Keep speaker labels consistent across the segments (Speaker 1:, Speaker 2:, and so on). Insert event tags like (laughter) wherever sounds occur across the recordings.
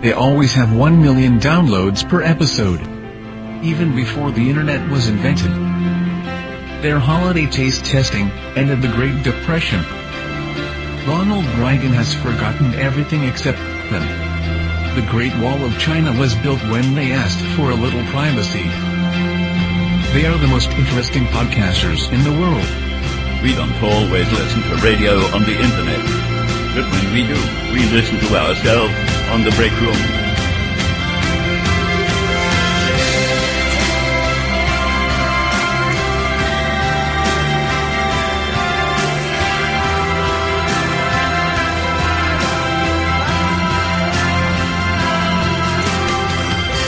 Speaker 1: They always have 1 million downloads per episode. Even before the internet was invented. Their holiday taste testing ended the Great Depression. Ronald Reagan has forgotten everything except them. The Great Wall of China was built when they asked for a little privacy. They are the most interesting podcasters in the world.
Speaker 2: We don't always listen to radio on the internet, but when we do, we listen to ourselves on the break room.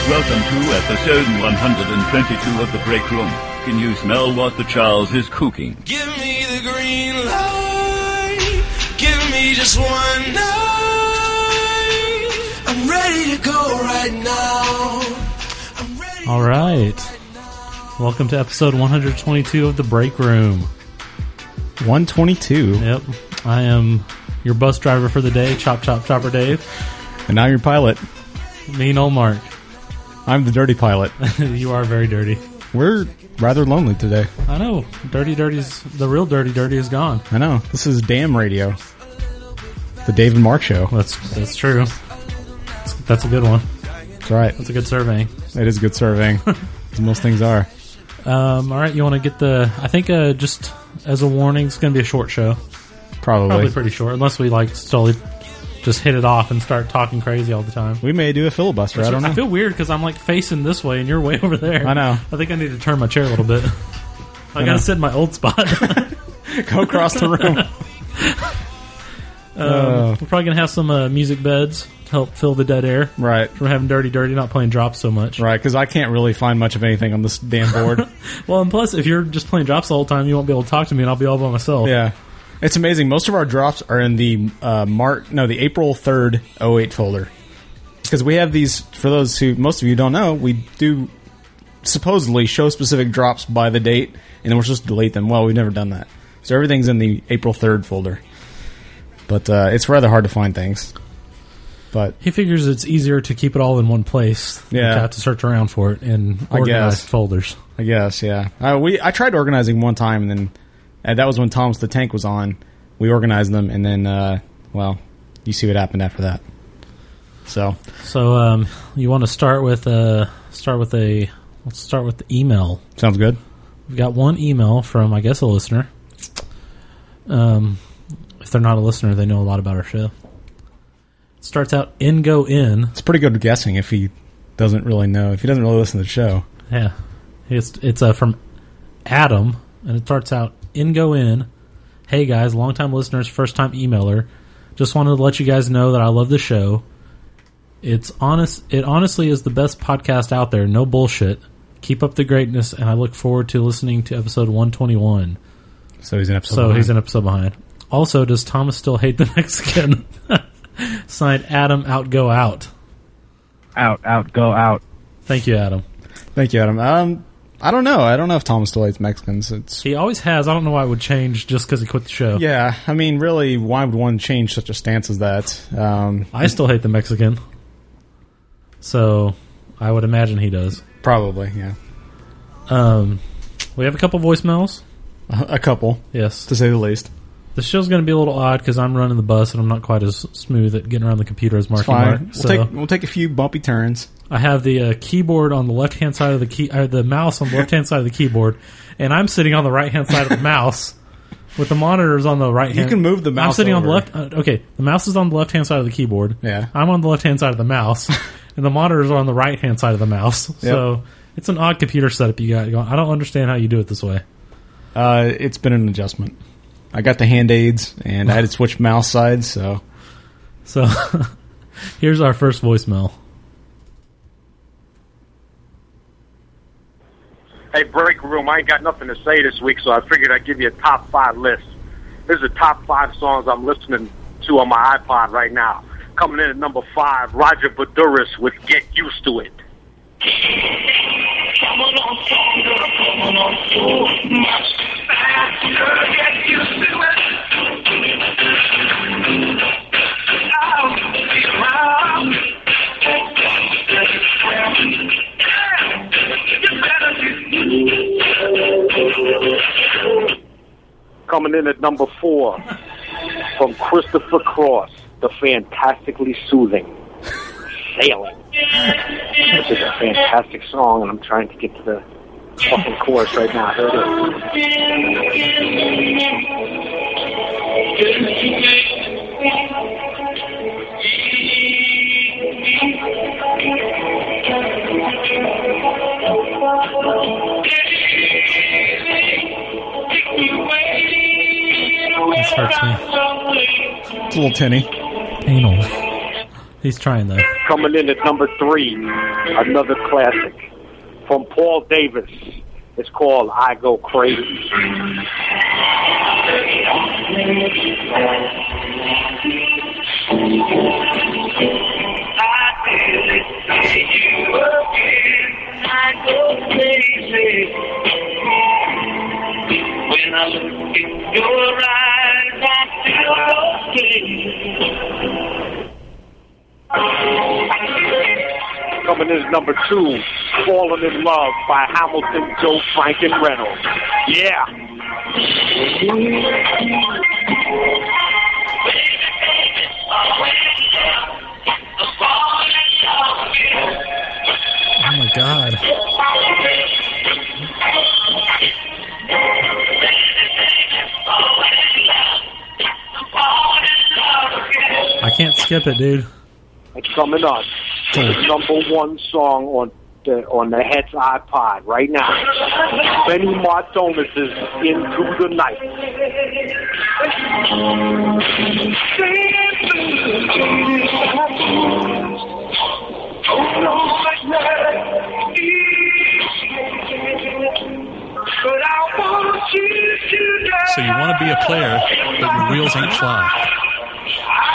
Speaker 2: Welcome to episode 122 of the break room. Can you smell what the Charles is cooking?
Speaker 3: Give me the green light. Give me just one night. I'm ready to go right now. I'm ready
Speaker 4: All right. Welcome to episode 122 of The Break Room.
Speaker 5: 122.
Speaker 4: Yep. I am your bus driver for the day, Chop Chop Chopper Dave.
Speaker 5: And now you're pilot.
Speaker 4: Mean old Mark. (laughs)
Speaker 5: I'm the dirty pilot.
Speaker 4: you are very dirty.
Speaker 5: We're rather lonely today.
Speaker 4: I know. Dirty Dirty's, the real Dirty Dirty is gone.
Speaker 5: I know. This is damn radio. The Dave and Mark show.
Speaker 4: That's that's true. That's, that's a good one.
Speaker 5: That's right.
Speaker 4: That's a good survey.
Speaker 5: It is good surveying. as most things are.
Speaker 4: Um, all right. You want to get the, I think uh, just as a warning, it's going to be a short show. Probably
Speaker 5: Probably.
Speaker 4: pretty short, unless we like slowly just hit it off and start talking crazy all the time.
Speaker 5: We may do a filibuster. I don't know.
Speaker 4: feel weird because I'm like facing this way and you're way over there.
Speaker 5: I know.
Speaker 4: I think I need to turn my chair a little
Speaker 5: (laughs)
Speaker 4: bit. I
Speaker 5: know.
Speaker 4: gotta sit in my old spot. (laughs) Um,
Speaker 5: Go across the room. Oh.
Speaker 4: We're probably gonna have some uh, music beds to help fill the dead air
Speaker 5: Right.
Speaker 4: from having dirty, dirty, not playing drops so much.
Speaker 5: Right. Because I can't really find much of anything on this damn board.
Speaker 4: Well, and plus, if you're just playing drops the whole time, you won't be able to talk to me, and I'll be all by myself.
Speaker 5: yeah. It's amazing. Most of our drops are in the uh, Mark, no, the April 3rd 08 folder. Because we have these, for those who, most of you don't know, we do supposedly show specific drops by the date, and then we're supposed to delete them. Well, we've never done that. So everything's in the April 3rd folder. But uh, it's rather hard to find things. But
Speaker 4: He figures it's easier to keep it all in one place. than
Speaker 5: Yeah.
Speaker 4: to have to search around for it in
Speaker 5: I
Speaker 4: organized
Speaker 5: guess.
Speaker 4: folders.
Speaker 5: I guess, yeah. I, we I tried organizing one time, and then uh, that was when Thomas the Tank was on. We organized them, and then uh, well, you see what happened after that. So
Speaker 4: So, um, you want to start with uh, start with a let's start with the email
Speaker 5: sounds good.
Speaker 4: We've got one email from, I guess, a listener. Um, if they're not a listener, they know a lot about our show. It starts out in go in.
Speaker 5: It's pretty good guessing if he doesn't really know if he doesn't really listen to the show.
Speaker 4: Yeah, it's it's uh, from Adam, and it starts out in go in. Hey guys, long time listeners, first time emailer. Just wanted to let you guys know that I love the show. It's honest. It honestly is the best podcast out there. No bullshit. Keep up the greatness, and I look forward to listening to episode one twenty one.
Speaker 5: So he's an episode.
Speaker 4: So he's
Speaker 5: behind.
Speaker 4: an episode behind. Also, does Thomas still hate the (laughs) Mexican? Signed Adam Out Go Out.
Speaker 6: out, out, go out.
Speaker 4: Thank you, Adam.
Speaker 5: Thank you, Adam. Um, I don't know. I don't know if Thomas still hates Mexicans. It's
Speaker 4: He always has. I don't know why it would change just because he quit the show.
Speaker 5: yeah. I mean, really, why would one change such a stance as that? Um,
Speaker 4: I still hate the Mexican. So I would imagine he does.
Speaker 5: probably, yeah.
Speaker 4: Um, we have a couple voicemails.
Speaker 5: A a couple,
Speaker 4: Yes.
Speaker 5: to say the least.
Speaker 4: The show's going to be a little odd because I'm running the bus and I'm not quite as smooth at getting around the computer as Marky
Speaker 5: It's fine.
Speaker 4: Mark.
Speaker 5: We'll,
Speaker 4: So
Speaker 5: take, we'll take a few bumpy turns.
Speaker 4: I have the uh, keyboard on the left hand side of the key, or the mouse on the left hand side of the keyboard, and I'm sitting on the right hand side of the mouse with the monitors on the right hand.
Speaker 5: can move the
Speaker 4: I'm
Speaker 5: mouse
Speaker 4: sitting on the
Speaker 5: over.
Speaker 4: left. Uh, okay, the mouse is on the left hand side of the keyboard.
Speaker 5: Yeah.
Speaker 4: I'm on the left hand side of the
Speaker 5: (laughs)
Speaker 4: mouse, and the monitors are on the right hand side of the mouse. So it's an odd computer setup you got going. I don't understand how you do it this way.
Speaker 5: Uh, it's been an adjustment. I got the hand aids and I had to switch mouse sides, so
Speaker 4: So (laughs) here's our first voicemail.
Speaker 7: Hey, break room. I ain't got nothing to say this week, so I figured I'd give you a top five list. This is the top five songs I'm listening to on my iPod right now. Coming in at number five, Roger Baduris with "Get Used to It."
Speaker 8: Coming on stronger, coming on so much faster. Get used to it. I'll be around. Hey,
Speaker 7: Coming in at number four from Christopher Cross, the fantastically soothing Sailing, which is a fantastic song, and I'm trying to get to the fucking chorus right now. Here it is.
Speaker 4: This hurts me.
Speaker 5: It's a little tinny.
Speaker 4: Anal. He's trying though.
Speaker 5: Oh
Speaker 7: Coming in at number three, another classic from Paul Davis. It's called I Go Crazy. Coming in at number two, Falling in Love by Hamilton, Joe Frank, and Reynolds. Yeah.
Speaker 4: Oh my god. I can't skip it, dude.
Speaker 7: It's coming up. The number one song on the on the Hetz iPod right now. Benny Martonis is into the night.
Speaker 9: So you want to be a player, but your wheels ain't fly.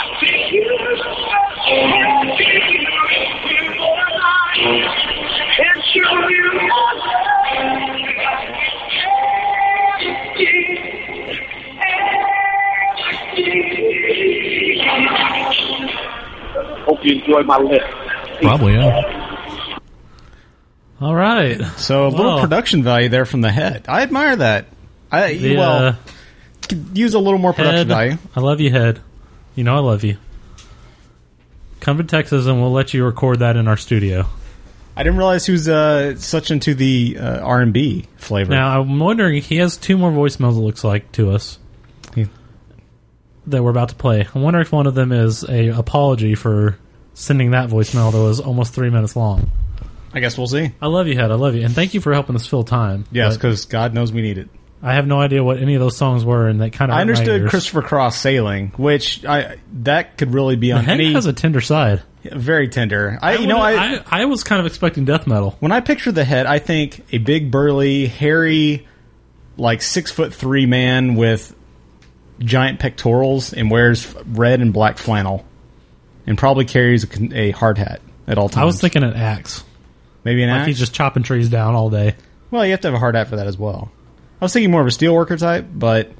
Speaker 7: Hope you enjoy my list.
Speaker 9: Probably, yeah.
Speaker 4: All right.
Speaker 5: So a little
Speaker 4: Wow.
Speaker 5: production value there from the head. I admire that. I
Speaker 4: The,
Speaker 5: well
Speaker 4: uh,
Speaker 5: could use a little more production
Speaker 4: Head,
Speaker 5: value.
Speaker 4: I love you, Head. You know I love you. Come to Texas and we'll let you record that in our studio.
Speaker 5: I didn't realize he was uh, such into the uh, R and B flavor.
Speaker 4: Now I'm wondering he has two more voicemails. It looks like to us
Speaker 5: Yeah.
Speaker 4: that we're about to play. I wonder if one of them is a apology for sending that voicemail that was almost three minutes long.
Speaker 5: I guess we'll see.
Speaker 4: I love you, Head. I love you, and thank you for helping us fill time.
Speaker 5: Yes,
Speaker 4: But
Speaker 5: because God knows we need it.
Speaker 4: I have no idea what any of those songs were, and that kind of
Speaker 5: I understood Christopher Cross sailing, which I that could really be on
Speaker 4: Head
Speaker 5: any
Speaker 4: has a tender side.
Speaker 5: very tender. I, you know
Speaker 4: would've-
Speaker 5: I,
Speaker 4: I I was kind of expecting death metal.
Speaker 5: when I picture the head, I think a big burly, hairy, like six foot three man with giant pectorals and wears red and black flannel, and probably carries a, con- a hard hat at all times.
Speaker 4: I was thinking an axe.
Speaker 5: maybe an
Speaker 4: Like
Speaker 5: Mm-hmm. axe.
Speaker 4: he's just chopping trees down all day.
Speaker 5: Well, you have to have a hard hat for that as well. I was thinking more of a steelworker type, but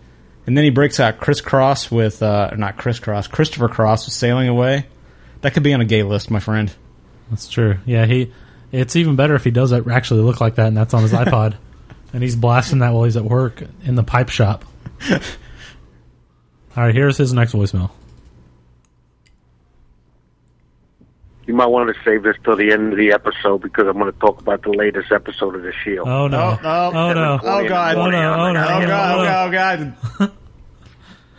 Speaker 5: and then he breaks out crisscross with uh, not crisscross, Christopher Cross with sailing away. That could be on a gay list, my friend.
Speaker 4: That's true. Yeah, he. It's even better if he does it- actually look like that, and that's on his
Speaker 5: (laughs)
Speaker 4: iPod, and he's blasting that while he's at work in the pipe shop.
Speaker 5: (laughs)
Speaker 4: All right, here's his next voicemail.
Speaker 7: You might want to save this till the end of the episode because I'm going to talk about the latest episode of The Shield.
Speaker 4: Oh no!
Speaker 5: Oh, oh.
Speaker 4: no!
Speaker 5: Oh god!
Speaker 4: Oh, no, oh, no,
Speaker 5: Oh
Speaker 4: oh,
Speaker 5: god! Oh god! (laughs)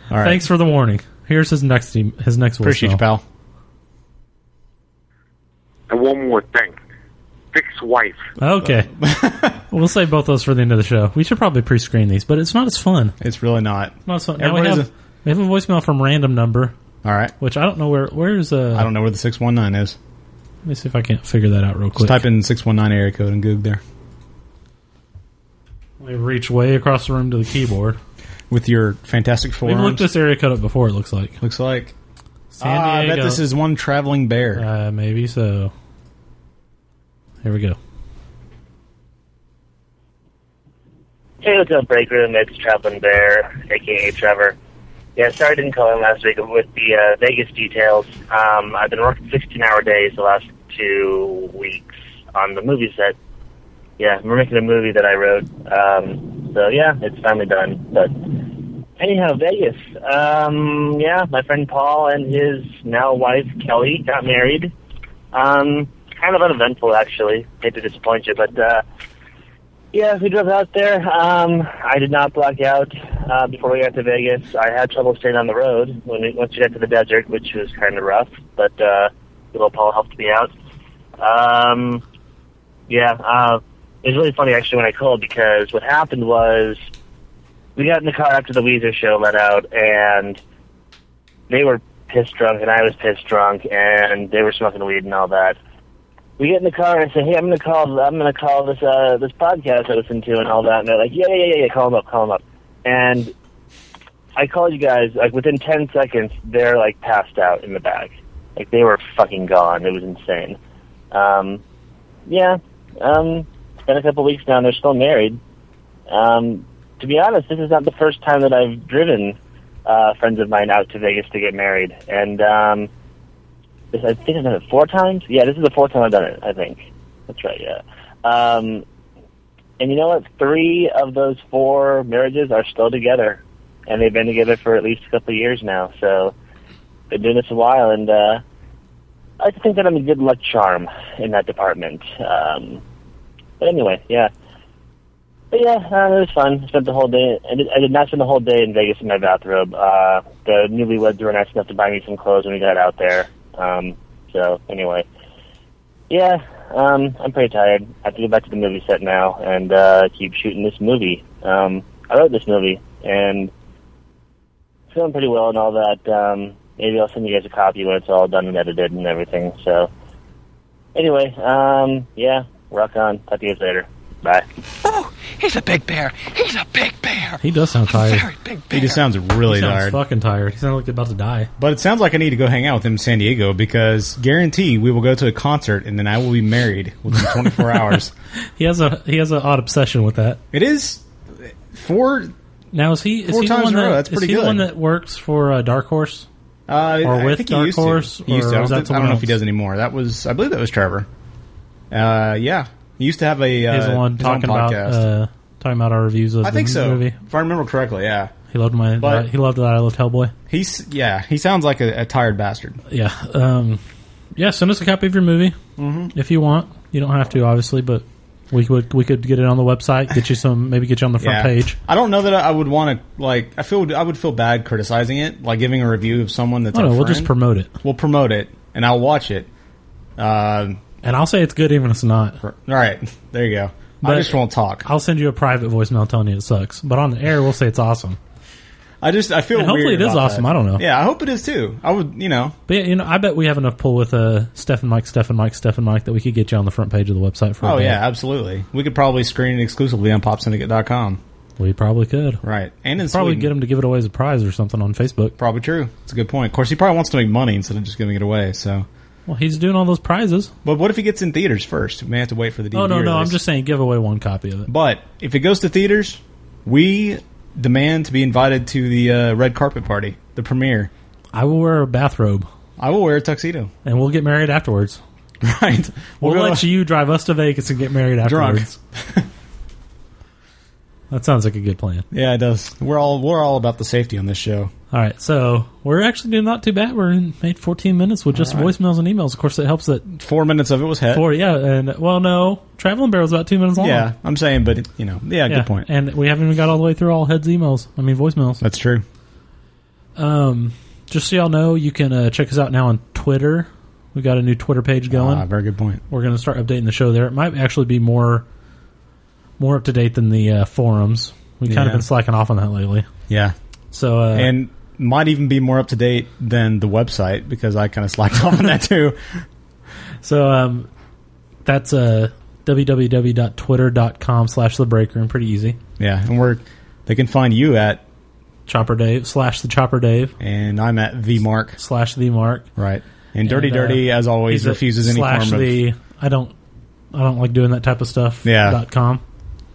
Speaker 5: All right,
Speaker 4: Thanks for the warning. Here's his next e- his next voicemail.
Speaker 5: Appreciate you, pal.
Speaker 7: And one more thing. Dick's wife.
Speaker 5: (laughs)
Speaker 4: Okay, we'll save both those for the end of the show. We should probably pre-screen these, but it's not as fun.
Speaker 5: It's really not.
Speaker 4: It's not as fun. Now we
Speaker 5: Everybody's
Speaker 4: have, we have a voicemail from random number,
Speaker 5: All right.
Speaker 4: which I don't know where. Where's uh?
Speaker 5: I don't know where the six one nine is.
Speaker 4: Let me see if I can't figure that out real quick.
Speaker 5: Just type in six one nine area code and Google there
Speaker 4: Let me reach way across the room to the keyboard.
Speaker 5: with your fantastic
Speaker 4: We
Speaker 5: forearms.
Speaker 4: looked this area code up before. It looks like
Speaker 5: Looks like.
Speaker 4: San
Speaker 5: Ah, I
Speaker 4: Diego.
Speaker 5: bet this is one traveling bear.
Speaker 4: Uh, maybe so. Here we go.
Speaker 10: Hey, what's up, break room? It's Traveling Bear, aka Trevor. Yeah, sorry I didn't call in last week with the uh, Vegas details. Um, I've been working 16 hour days the last two weeks on the movie set. Yeah, we're making a movie that I wrote um, So yeah, it's finally done. But anyhow, Vegas. Um, yeah, my friend Paul and his now wife Kelly got married. Um, kind of uneventful, actually. Hate to disappoint you, but uh, yeah, we drove out there. Um, I did not black out uh, before we got to Vegas. I had trouble staying on the road when we, once we got to the desert, which was kind of rough. But uh, little Paul helped me out. Um, yeah, uh, it was really funny actually when I called because what happened was we got in the car after the Weezer show let out, and they were pissed drunk, and I was pissed drunk, and they were smoking weed and all that. We get in the car and I say, "Hey, I'm gonna call. I'm gonna call this uh, this podcast I listen to and all that." And they're like, "Yeah, yeah, yeah, yeah, call them up, call them up." And I called you guys like within ten seconds. They're like passed out in the back, like they were fucking gone. It was insane. Um, yeah, um, it's been a couple weeks now, and they're still married. Um, to be honest, this is not the first time that I've driven uh, friends of mine out to Vegas to get married, and um, this, I think I've done it four times. Yeah, this is the fourth time I've done it. I think that's right. Yeah, um, and you know what? Three of those four marriages are still together, and they've been together for at least a couple of years now. So, been doing this a while, and uh, I like to think that I'm a good luck charm in that department. Um, but anyway, yeah. But yeah, uh, it was fun. Spent the whole day. I did, I did not spend the whole day in Vegas in my bathrobe. Uh, the newlyweds were nice enough to buy me some clothes when we got out there. Um, so anyway, yeah, um, I'm pretty tired. I have to go back to the movie set now and uh, keep shooting this movie. Um, I wrote this movie and it's going pretty well and all that. Um, maybe I'll send you guys a copy when it's all done and edited and everything. So, anyway, um, yeah, rock on. Talk to you guys later. Bye.
Speaker 11: Oh, he's a big bear. He's a big bear.
Speaker 4: He does sound tired. Very
Speaker 11: big
Speaker 5: He just sounds really
Speaker 4: He sounds
Speaker 5: tired.
Speaker 4: fucking tired. He sounds like he's about to die.
Speaker 5: But it sounds like I need to go hang out with him in San Diego because guarantee we will go to a concert and then I will be married
Speaker 4: (laughs)
Speaker 5: within 24 hours.
Speaker 4: He has a he has an odd obsession with that.
Speaker 5: It is four.
Speaker 4: Now is he is
Speaker 5: Four
Speaker 4: he
Speaker 5: times
Speaker 4: the one
Speaker 5: in a
Speaker 4: that,
Speaker 5: row, that's
Speaker 4: is he
Speaker 5: pretty
Speaker 4: the
Speaker 5: good.
Speaker 4: one that works for uh, Dark Horse?
Speaker 5: Uh,
Speaker 4: or
Speaker 5: I
Speaker 4: with
Speaker 5: think he
Speaker 4: Dark
Speaker 5: used to.
Speaker 4: Horse?
Speaker 5: He used
Speaker 4: or
Speaker 5: to. I
Speaker 4: was
Speaker 5: don't,
Speaker 4: that
Speaker 5: think- I
Speaker 4: someone
Speaker 5: don't know if
Speaker 4: else?
Speaker 5: he does anymore. That was I believe that was Trevor. Uh, yeah, he used to have a uh,
Speaker 4: He's the one
Speaker 5: his own
Speaker 4: talking about
Speaker 5: podcast.
Speaker 4: uh, talking about our reviews of
Speaker 5: I
Speaker 4: the
Speaker 5: think so,
Speaker 4: movie.
Speaker 5: if I remember correctly. Yeah,
Speaker 4: He loved my
Speaker 5: But-
Speaker 4: he loved that I loved Hellboy.
Speaker 5: he's yeah he sounds like a, a tired bastard.
Speaker 4: Yeah. Um, yeah. Send us a copy of your movie
Speaker 5: Mm-hmm.
Speaker 4: if you want. You don't have to, obviously, but we could we could get it on the website. Get you some. Maybe get you on the front
Speaker 5: Yeah.
Speaker 4: page.
Speaker 5: I don't know that I would want to like. I feel I would feel bad criticizing it, like giving a review of someone that's.
Speaker 4: Oh, no,
Speaker 5: a
Speaker 4: we'll just
Speaker 5: friend.
Speaker 4: promote it.
Speaker 5: We'll promote it, and I'll watch it. Um,
Speaker 4: And I'll say it's good even if it's not.
Speaker 5: all right, (laughs) there you go. I
Speaker 4: But-
Speaker 5: just won't talk.
Speaker 4: I'll send you a private voicemail telling you it sucks. But on the air, we'll say it's awesome.
Speaker 5: I just I feel
Speaker 4: And hopefully
Speaker 5: weird
Speaker 4: it is
Speaker 5: about
Speaker 4: awesome.
Speaker 5: that.
Speaker 4: I don't know.
Speaker 5: Yeah, I hope it is too. I would, you know,
Speaker 4: But yeah, you know, I bet we have enough pull with uh, Steph and Mike, Steph and Mike, Steph and Mike that we could get you on the front page of the website for. a
Speaker 5: Oh
Speaker 4: day.
Speaker 5: yeah, absolutely. We could probably screen it exclusively on popsyndicate.com.
Speaker 4: we probably could.
Speaker 5: Right. And in
Speaker 4: Probably
Speaker 5: Sweden.
Speaker 4: get them to give it away as a prize or something on Facebook.
Speaker 5: Probably true. It's a good point. Of course, he probably wants to make money instead of just giving it away. So,
Speaker 4: Well, he's doing all those prizes.
Speaker 5: but what if he gets in theaters first? We may have to wait for the DVD.
Speaker 4: Oh no, no, I'm
Speaker 5: release.
Speaker 4: just saying, give away one copy of it.
Speaker 5: But if it goes to theaters, we demand to be invited to the uh, red carpet party, the premiere.
Speaker 4: I will wear a bathrobe.
Speaker 5: I will wear a
Speaker 4: (laughs)
Speaker 5: tuxedo.
Speaker 4: and we'll get married afterwards.
Speaker 5: Right.
Speaker 4: We'll,
Speaker 5: go
Speaker 4: let you drive us to Vegas and get married
Speaker 5: drunk.
Speaker 4: afterwards.
Speaker 5: (laughs)
Speaker 4: That sounds like a good plan.
Speaker 5: Yeah, it does. We're all we're all about the safety on this show.
Speaker 4: All right, so we're actually doing not too bad. We're in made 14 minutes with just voicemails and emails. Of course, it helps that
Speaker 5: Four minutes of it was het.
Speaker 4: four, yeah, and well, no, traveling barrel's about two minutes long.
Speaker 5: Yeah, I'm saying, but you know, yeah,
Speaker 4: Yeah,
Speaker 5: good point.
Speaker 4: And we haven't even got all the way through all heads emails. I mean voicemails.
Speaker 5: That's true.
Speaker 4: Um, just so y'all know, you can uh, check us out now on Twitter. We got a new Twitter page going.
Speaker 5: Ah, very good point.
Speaker 4: we're going to start updating the show there. It might actually be more more up to date than the uh, forums. We've kind
Speaker 5: Yeah.
Speaker 4: of been slacking off on that lately.
Speaker 5: Yeah.
Speaker 4: So uh,
Speaker 5: and might even be more up to date than the website because I kind of slacked (laughs) off on that too.
Speaker 4: so um, that's uh, www.twitter.com slash the breaker and pretty easy.
Speaker 5: Yeah, and we're they can find you at
Speaker 4: Chopper Dave slash the Chopper Dave
Speaker 5: and I'm at the mark
Speaker 4: slash the Mark.
Speaker 5: right. And dirty,
Speaker 4: And, uh,
Speaker 5: dirty as always
Speaker 4: he's at
Speaker 5: refuses any form
Speaker 4: slash
Speaker 5: of
Speaker 4: the I don't I don't like doing that type of stuff.
Speaker 5: Yeah.
Speaker 4: dot com.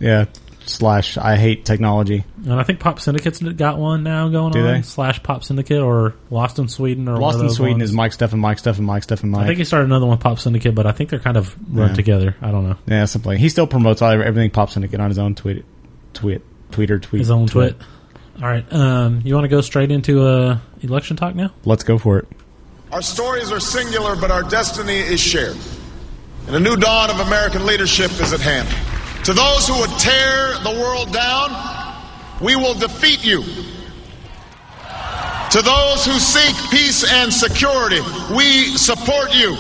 Speaker 5: yeah slash I hate technology.
Speaker 4: And I think Pop Syndicate's got one now going
Speaker 5: Do
Speaker 4: on
Speaker 5: they?
Speaker 4: slash Pop Syndicate or Lost in Sweden or one
Speaker 5: Lost
Speaker 4: of
Speaker 5: in
Speaker 4: those
Speaker 5: Sweden
Speaker 4: ones.
Speaker 5: is Mike Stefan, Mike Stefan, Mike Stefan, Mike.
Speaker 4: I think he started another one, Pop Syndicate, but I think they're kind of run
Speaker 5: Yeah.
Speaker 4: together. I don't know.
Speaker 5: yeah, something. He still promotes all- everything Pop Syndicate on his own tweet. Tweet. tweeter tweet.
Speaker 4: His own twit. All right. Um, you want to go straight into uh, election talk now?
Speaker 5: Let's go for it.
Speaker 12: Our stories are singular, but our destiny is shared. And a new dawn of American leadership is at hand. To those who would tear the world down, we will defeat you. To those who seek peace and security, we support you.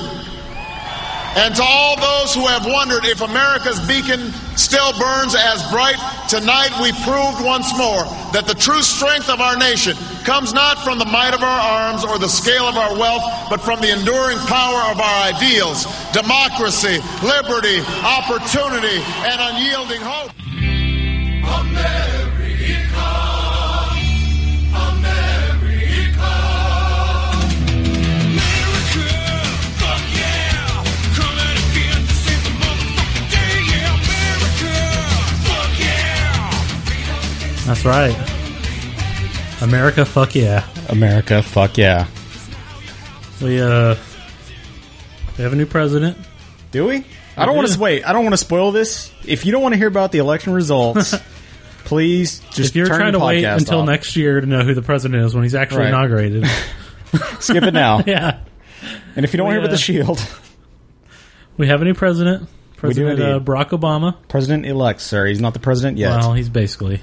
Speaker 12: And to all those who have wondered if America's beacon still burns as bright, tonight we proved once more that the true strength of our nation comes not from the might of our arms or the scale of our wealth, but from the enduring power of our ideals democracy, liberty, opportunity, and unyielding hope.
Speaker 4: That's right. America, fuck yeah.
Speaker 5: America, fuck yeah.
Speaker 4: We uh, we have a new president.
Speaker 5: Do we? I don't want
Speaker 4: do.
Speaker 5: to wait. I don't want to spoil this. If you don't want to hear about the
Speaker 4: (laughs)
Speaker 5: election results, please just
Speaker 4: if you're
Speaker 5: turn
Speaker 4: trying
Speaker 5: the
Speaker 4: to wait
Speaker 5: podcast
Speaker 4: until
Speaker 5: off.
Speaker 4: next year to know who the president is when he's actually
Speaker 5: Right. (laughs)
Speaker 4: inaugurated, (laughs)
Speaker 5: Skip it now.
Speaker 4: yeah.
Speaker 5: And if you don't
Speaker 4: We,
Speaker 5: want to hear about
Speaker 4: uh,
Speaker 5: the shield, (laughs)
Speaker 4: we have a new president.
Speaker 5: We do
Speaker 4: President uh,
Speaker 5: indeed.
Speaker 4: Barack Obama.
Speaker 5: president elect, sir, he's not the president yet.
Speaker 4: Well, he's basically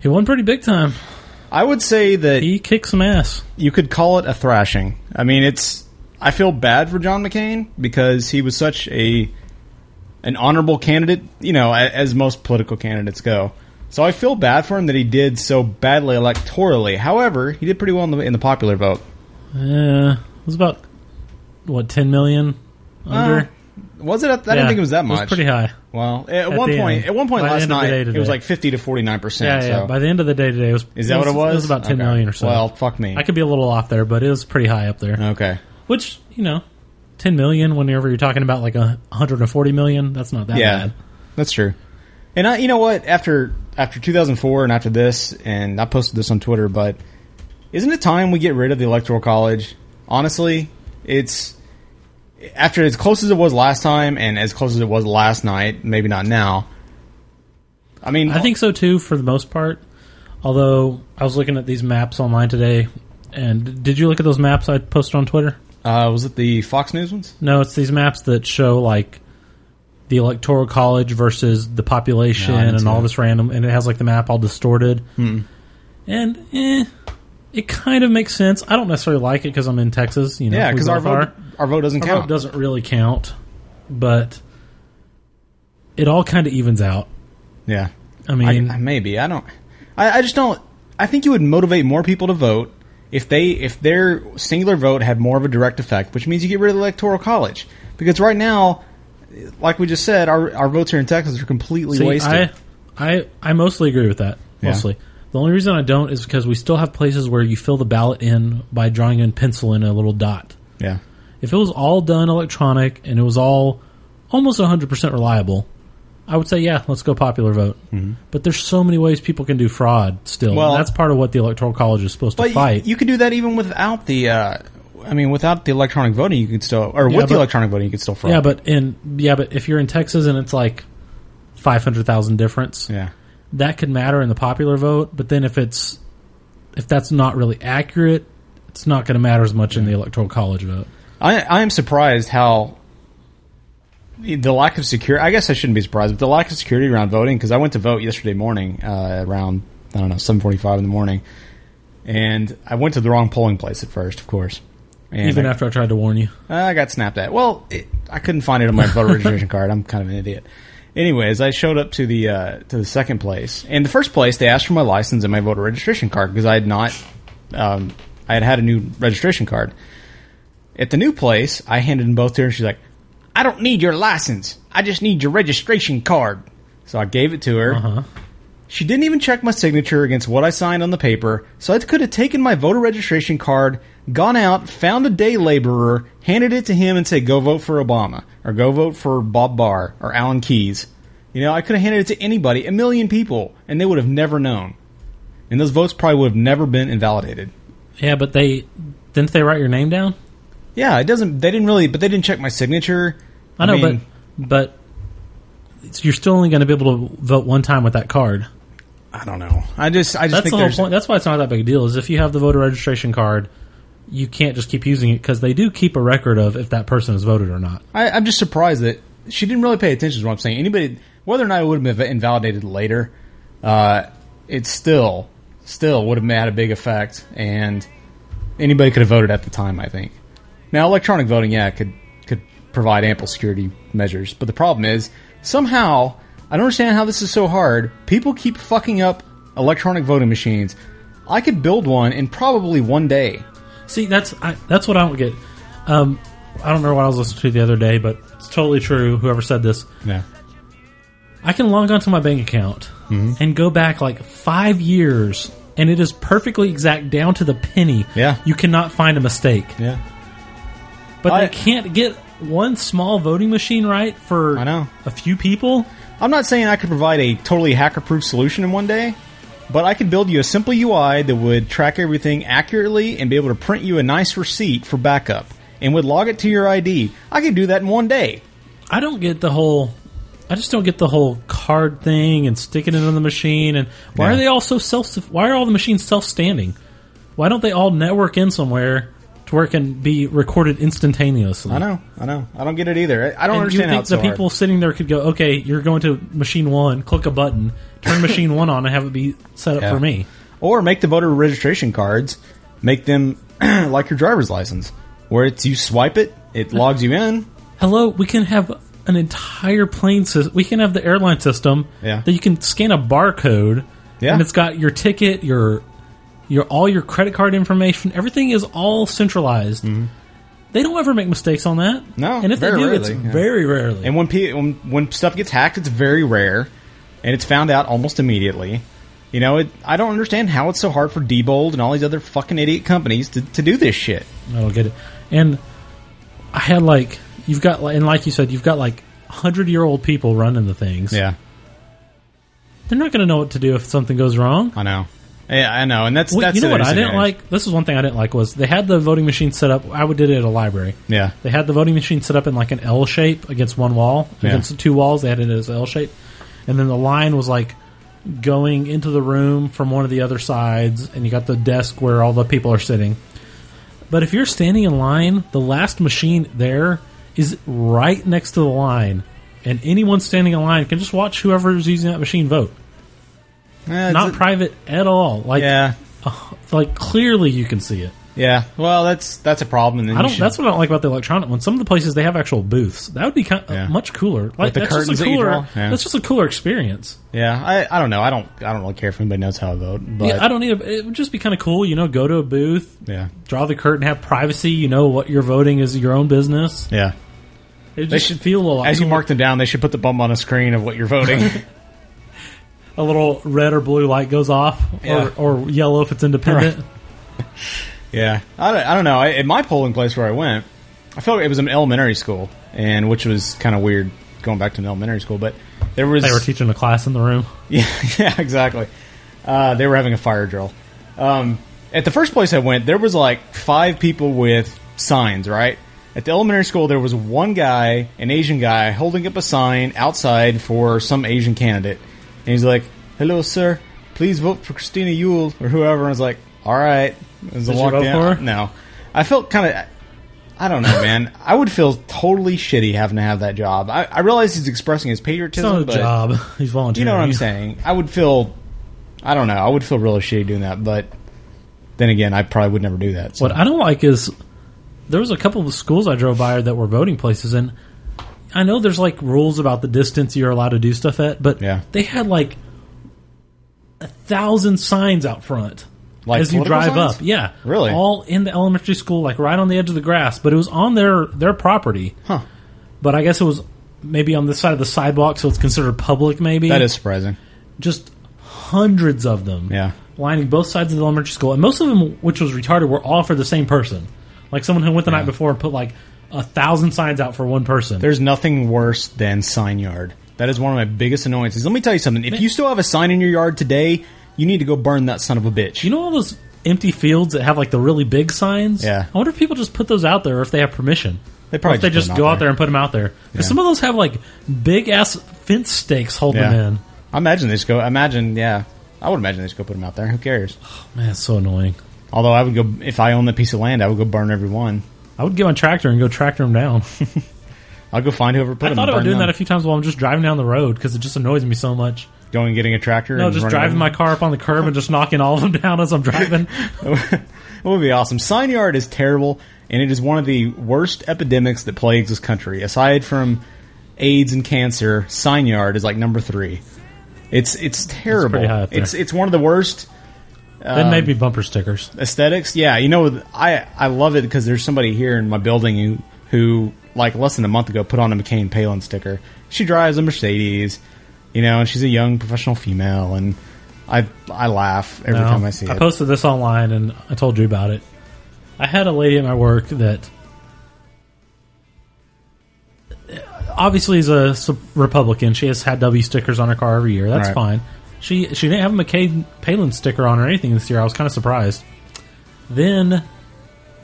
Speaker 4: he won pretty big time.
Speaker 5: I would say that
Speaker 4: he kicked some ass.
Speaker 5: You could call it a thrashing. I mean, it's. I feel bad for John McCain because he was such a an honorable candidate, you know, a- as most political candidates go. So I feel bad for him that he did so badly electorally. However, he did pretty well in the in the popular vote.
Speaker 4: Yeah, it was about what ten million under.
Speaker 5: Uh, was it? At, I
Speaker 4: Yeah,
Speaker 5: didn't think it was that much.
Speaker 4: It was pretty high.
Speaker 5: Well, at,
Speaker 4: At
Speaker 5: one
Speaker 4: the
Speaker 5: point,
Speaker 4: end.
Speaker 5: at one point
Speaker 4: By the
Speaker 5: last
Speaker 4: end of the
Speaker 5: night,
Speaker 4: day
Speaker 5: it was
Speaker 4: today.
Speaker 5: like fifty to forty nine percent.
Speaker 4: Yeah, yeah.
Speaker 5: So
Speaker 4: By the end of the day today, it was.
Speaker 5: Is that
Speaker 4: it
Speaker 5: what it was?
Speaker 4: It was about ten
Speaker 5: Okay.
Speaker 4: million or so.
Speaker 5: Well, fuck me.
Speaker 4: I could be a little off there, but it was pretty high up there.
Speaker 5: Okay.
Speaker 4: Which you know, ten million. Whenever you're talking about like a hundred and forty million, that's not that
Speaker 5: yeah,
Speaker 4: bad.
Speaker 5: that's true. And I, you know what? After after 2004 and after this, and I posted this on Twitter, but isn't it time we get rid of the Electoral College? Honestly, it's after as close as it was last time, and as close as it was last night. Maybe not now. I mean,
Speaker 4: I think so too, for the most part. Although I was looking at these maps online today, and did you look at those maps I posted on Twitter?
Speaker 5: Uh, was it the Fox News ones?
Speaker 4: No, it's these maps that show like the electoral college versus the population
Speaker 5: No, I didn't
Speaker 4: and
Speaker 5: see
Speaker 4: all
Speaker 5: that. Hmm.
Speaker 4: this random, and it has like the map all distorted. And eh, it kind of makes sense. I don't necessarily like it because I'm in Texas. You know,
Speaker 5: Yeah,
Speaker 4: we
Speaker 5: 'cause our
Speaker 4: both
Speaker 5: vote-
Speaker 4: are.
Speaker 5: our vote doesn't
Speaker 4: Our
Speaker 5: count.
Speaker 4: vote doesn't really count, but it all kind of evens out.
Speaker 5: Yeah.
Speaker 4: I mean-
Speaker 5: I- maybe I don't. I, I just don't. I think you would motivate more people to vote if they if their singular vote had more of a direct effect, which means you get rid of the electoral college because right now, like we just said, our our votes here in Texas are completely
Speaker 4: See,
Speaker 5: wasted.
Speaker 4: I, I I mostly agree with that.
Speaker 5: Yeah.
Speaker 4: Mostly. The only reason I don't is because we still have places where you fill the ballot in by drawing in pencil in a little dot.
Speaker 5: yeah.
Speaker 4: If it was all done electronic and it was all almost 100% reliable, I would say, yeah, let's go popular vote. But there's so many ways people can do fraud still.
Speaker 5: Mm-hmm. Well-
Speaker 4: and that's part of what the Electoral College is supposed
Speaker 5: But
Speaker 4: to
Speaker 5: you-
Speaker 4: fight.
Speaker 5: You, could do that even without the. Uh, I mean, without the electronic voting, you could still, or
Speaker 4: Yeah,
Speaker 5: with the
Speaker 4: but-
Speaker 5: electronic voting, you could still fraud.
Speaker 4: Yeah, but in yeah, but if you're in Texas and it's like five hundred thousand difference,
Speaker 5: yeah,
Speaker 4: that could matter in the popular vote. But then if it's if that's not really accurate, it's not going to matter as much in the electoral college vote.
Speaker 5: I, I am surprised how the lack of security. I guess I shouldn't be surprised, but the lack of security around voting. Because I went to vote yesterday morning uh, around I don't know seven forty five in the morning, and I went to the wrong polling place at first, of course. And
Speaker 4: Even
Speaker 5: I,
Speaker 4: after I tried to warn you,
Speaker 5: Uh, I got snapped at. Well, it, I couldn't find it on my voter registration card. I'm kind of an idiot. Anyways, I showed up to the uh, to the second place, and the first place they asked for my license and my voter registration card because I had not, um, I had had a new registration card. At the new place, I handed them both to her, and she's like, "I don't need your license. I just need your registration card." So I gave it to her. She didn't even check my signature against what I signed on the paper, so I could have taken my voter registration card, gone out, found a day laborer, handed it to him, and said, "Go vote for Obama, or go vote for Bob Barr, or Alan Keyes." You know, I could have handed it to anybody, a million people, and they would have never known. And those votes probably would have never been invalidated.
Speaker 4: yeah, but they didn't they write your name down?
Speaker 5: Yeah, it doesn't. They didn't really, but they didn't check my signature.
Speaker 4: I know,
Speaker 5: mean,
Speaker 4: but but it's, you're still only going to be able to vote one time with that card.
Speaker 5: I don't know. I just, I
Speaker 4: That's
Speaker 5: just think
Speaker 4: the whole
Speaker 5: there's,
Speaker 4: point. That's why it's not that big a deal. Is if you have the voter registration card, you can't just keep using it because they do keep a record of if that person has voted or not.
Speaker 5: I, I'm just surprised that she didn't really pay attention to what I'm saying. Anybody, whether or not it would have been invalidated later, uh, it still, still would have had a big effect, and anybody could have voted at the time. I think. Now, electronic voting, yeah, could could provide ample security measures, but the problem is somehow I don't understand how this is so hard. People keep fucking up electronic voting machines. I could build one in probably one day.
Speaker 4: See, that's I, that's what I don't get. Um, I don't remember what I was listening to the other day, but it's totally true. Whoever said this,
Speaker 5: Yeah.
Speaker 4: I can log onto my bank account
Speaker 5: Mhm.
Speaker 4: and go back like five years, and it is perfectly exact down to the penny.
Speaker 5: Yeah.
Speaker 4: you cannot find a mistake.
Speaker 5: Yeah,
Speaker 4: but they can't get one small voting machine right for I know a few people.
Speaker 5: I'm not saying I could provide a totally hacker-proof solution in one day, but I could build you a simple UI that would track everything accurately and be able to print you a nice receipt for backup and would log it to your ID. I could do that in one day.
Speaker 4: I don't get the whole. I just don't get the whole card thing and sticking it on the machine. And why
Speaker 5: Yeah.
Speaker 4: are they all so self? Why are all the machines self-standing? Why don't they all network in somewhere to where it can be recorded instantaneously?
Speaker 5: I know, I know. I don't get it either. I I don't
Speaker 4: And you
Speaker 5: understand
Speaker 4: think
Speaker 5: how it's
Speaker 4: the
Speaker 5: so hard.
Speaker 4: people sitting there could go, okay, you're going to machine one, click a button, turn machine (laughs) one on, and have it be set up
Speaker 5: Yeah.
Speaker 4: for me.
Speaker 5: Or make the voter registration cards, make them (clears throat) like your driver's license, where it's you swipe it, it logs you in.
Speaker 4: Hello, we can have an entire plane system. We can have the airline system
Speaker 5: Yeah.
Speaker 4: that you can scan a barcode,
Speaker 5: Yeah.
Speaker 4: and it's got your ticket, your your all your credit card information. Everything is all centralized. They don't ever make mistakes on that.
Speaker 5: Mm-hmm. No,
Speaker 4: and if they
Speaker 5: very
Speaker 4: do,
Speaker 5: rarely,
Speaker 4: it's
Speaker 5: yeah.
Speaker 4: very rarely.
Speaker 5: And when, pe- when when stuff gets hacked, it's very rare, and it's found out almost immediately. You know, it, I don't understand how it's so hard for Diebold and all these other fucking idiot companies to, to do this shit.
Speaker 4: I don't Oh, get it. And I had like you've got like- and like you said, you've got like hundred year old people running the things.
Speaker 5: Yeah.
Speaker 4: They're not going to know what to do if something goes wrong.
Speaker 5: I know. Yeah, I know, and that's
Speaker 4: Well,
Speaker 5: that's
Speaker 4: you know
Speaker 5: the
Speaker 4: what I didn't
Speaker 5: disadvantage.
Speaker 4: like. This is one thing I didn't like was they had the voting machine set up. I would did it at a library.
Speaker 5: Yeah.
Speaker 4: They had the voting machine set up in like an L shape against one wall,
Speaker 5: Yeah.
Speaker 4: against the two walls. They had it as L shape, and then the line was like going into the room from one of the other sides, and you got the desk where all the people are sitting. But if you're standing in line, the last machine there is right next to the line, and anyone standing in line can just watch whoever's using that machine vote.
Speaker 5: it's
Speaker 4: Not
Speaker 5: a-
Speaker 4: private at all. Like,
Speaker 5: Yeah.
Speaker 4: uh, like clearly you can see it.
Speaker 5: Yeah, well, that's that's a problem. And
Speaker 4: I
Speaker 5: you
Speaker 4: don't.
Speaker 5: should-
Speaker 4: That's what I don't like about the electronic one. Some of the places they have actual booths. That would be kind uh, much cooler. Like,
Speaker 5: the
Speaker 4: that's
Speaker 5: curtains
Speaker 4: just a
Speaker 5: that you
Speaker 4: cooler.
Speaker 5: draw? Yeah.
Speaker 4: That's just a cooler experience.
Speaker 5: yeah. I, I don't know. I don't I don't really care if anybody knows how I vote, but
Speaker 4: yeah, I don't either. It would just be kind of cool, you know. Go to a booth,
Speaker 5: Yeah.
Speaker 4: draw the curtain, have privacy. You know what you're voting is your own business.
Speaker 5: yeah.
Speaker 4: It
Speaker 5: They
Speaker 4: just should feel a lot.
Speaker 5: As you
Speaker 4: cooler.
Speaker 5: mark them down, they should put the bump on a screen of what
Speaker 4: (laughs)
Speaker 5: you're voting.
Speaker 4: a little red or blue light goes off,
Speaker 5: Yeah.
Speaker 4: or, or yellow if it's independent.
Speaker 5: Yeah, I don't, I don't know. I, at my polling place where I went, I felt it was an elementary school, and which was kind of weird going back to an elementary school. But there was
Speaker 4: They were teaching a class in the room.
Speaker 5: (laughs) yeah, yeah, exactly. Uh, they were having a fire drill. Um, at the first place I went, there was like five people with signs. Right at the elementary school, there was one guy, an Asian guy, holding up a sign outside for some Asian candidate, and he's like, "Hello, sir. Please vote for Christina Yule or whoever." And I was like, "All right." As I
Speaker 4: Did you
Speaker 5: walked
Speaker 4: vote
Speaker 5: in-
Speaker 4: for her?
Speaker 5: No, I felt kind of. I don't know, man. I would feel totally shitty having to have that job. I, I realize he's expressing his
Speaker 4: It's
Speaker 5: patriotism.
Speaker 4: not a
Speaker 5: but
Speaker 4: job. (laughs) He's
Speaker 5: you
Speaker 4: volunteering.
Speaker 5: know what I'm saying? I would feel, I don't know, I would feel really shitty doing that. But then again, I probably would never do that. So.
Speaker 4: What I don't like is there was a couple of schools I drove by that were voting places, and I know there's like rules about the distance you're allowed to do stuff at, but
Speaker 5: Yeah.
Speaker 4: they had like a thousand signs out front
Speaker 5: Like
Speaker 4: as you
Speaker 5: political
Speaker 4: drive
Speaker 5: signs?
Speaker 4: up. Yeah,
Speaker 5: Really?
Speaker 4: all in the elementary school, like right on the edge of the grass, but it was on their their property.
Speaker 5: Huh.
Speaker 4: But I guess it was maybe on the side of the sidewalk, so it's considered public. Maybe
Speaker 5: That is surprising.
Speaker 4: just hundreds of them
Speaker 5: Yeah.
Speaker 4: lining both sides of the elementary school, and most of them, which was retarded, were all for the same person. Like someone who went the night before and put like a thousand signs out for one person.
Speaker 5: There's nothing worse than sign yard. That is one of my biggest annoyances. Let me tell you something. If you still have a sign in your yard today, you need to go burn that son of a bitch.
Speaker 4: you know all those empty fields that have like the really big signs.
Speaker 5: Yeah.
Speaker 4: I wonder if people just put those out there, or if they have permission.
Speaker 5: They
Speaker 4: or
Speaker 5: probably
Speaker 4: if they
Speaker 5: just
Speaker 4: just,
Speaker 5: put them
Speaker 4: go
Speaker 5: out
Speaker 4: out there and put them out there. 'Cause
Speaker 5: Yeah.
Speaker 4: some of those have like big ass fence stakes holding
Speaker 5: Yeah.
Speaker 4: them
Speaker 5: I imagine they just go. Imagine, yeah. I would imagine they just go put them out there. Who cares?
Speaker 4: in. Man, it's so annoying.
Speaker 5: Although I would go if I owned a piece of land, I would go burn every one.
Speaker 4: I would get my tractor and go tractor them
Speaker 5: (laughs)
Speaker 4: down.
Speaker 5: I'll go find whoever put
Speaker 4: I
Speaker 5: them.
Speaker 4: thought
Speaker 5: and
Speaker 4: about
Speaker 5: burn
Speaker 4: doing
Speaker 5: them.
Speaker 4: that a few times while I'm just driving down the road because it just annoys me so much.
Speaker 5: Going and getting a tractor.
Speaker 4: No,
Speaker 5: and
Speaker 4: just
Speaker 5: running
Speaker 4: driving
Speaker 5: over-
Speaker 4: my car up on the curb and just knocking all of them down as I'm
Speaker 5: (laughs)
Speaker 4: driving.
Speaker 5: It would be awesome. Sign yard is terrible, and it is one of the worst epidemics that plagues this country. Aside from AIDS and cancer, sign yard is like number three. It's it's terrible.
Speaker 4: pretty high up there.
Speaker 5: it's it's one of the worst.
Speaker 4: Then
Speaker 5: um,
Speaker 4: maybe bumper stickers.
Speaker 5: aesthetics. Yeah, you know, I I love it because there's somebody here in my building who, who like less than a month ago put on a McCain Palin sticker. She drives a Mercedes, you know, and she's a young professional female, and I I laugh every
Speaker 4: No.
Speaker 5: time I see it.
Speaker 4: posted this online and I told you about it. I had a lady at my work that obviously is a s- Republican. She has had W stickers on her car every year. That's
Speaker 5: Right.
Speaker 4: fine. She she didn't have a McCain Palin sticker on or anything this year. I was kind of surprised. Then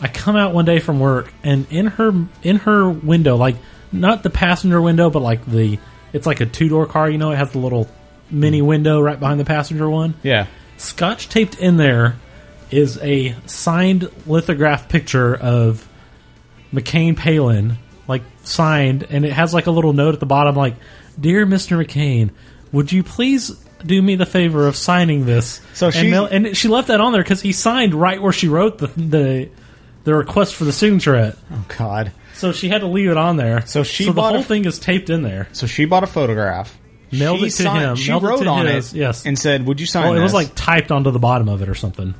Speaker 4: I come out one day from work and in her in her window, like not the passenger window, but like the it's like a two door car. You know, it has the little
Speaker 5: Hmm.
Speaker 4: mini window right behind the passenger one.
Speaker 5: yeah,
Speaker 4: Scotch taped in there is a signed lithograph picture of McCain Palin, like signed, and it has like a little note at the bottom, like, "Dear Mr. McCain, would you please do me the favor of signing this?" So
Speaker 5: she's-
Speaker 4: and, mail- and she left that on there because he signed right where she wrote the the the request for the signature at.
Speaker 5: Oh God!
Speaker 4: So she had to leave it on there.
Speaker 5: So she
Speaker 4: so the
Speaker 5: bought
Speaker 4: whole
Speaker 5: a-
Speaker 4: thing is taped in there.
Speaker 5: So she bought a photograph.
Speaker 4: Mailed
Speaker 5: she
Speaker 4: it to
Speaker 5: signed-
Speaker 4: him.
Speaker 5: She
Speaker 4: mailed
Speaker 5: wrote
Speaker 4: it to
Speaker 5: on
Speaker 4: his,
Speaker 5: it,
Speaker 4: Yes,
Speaker 5: and said, "Would you sign?"
Speaker 4: well, it was
Speaker 5: this?"
Speaker 4: like typed onto the bottom of it or something.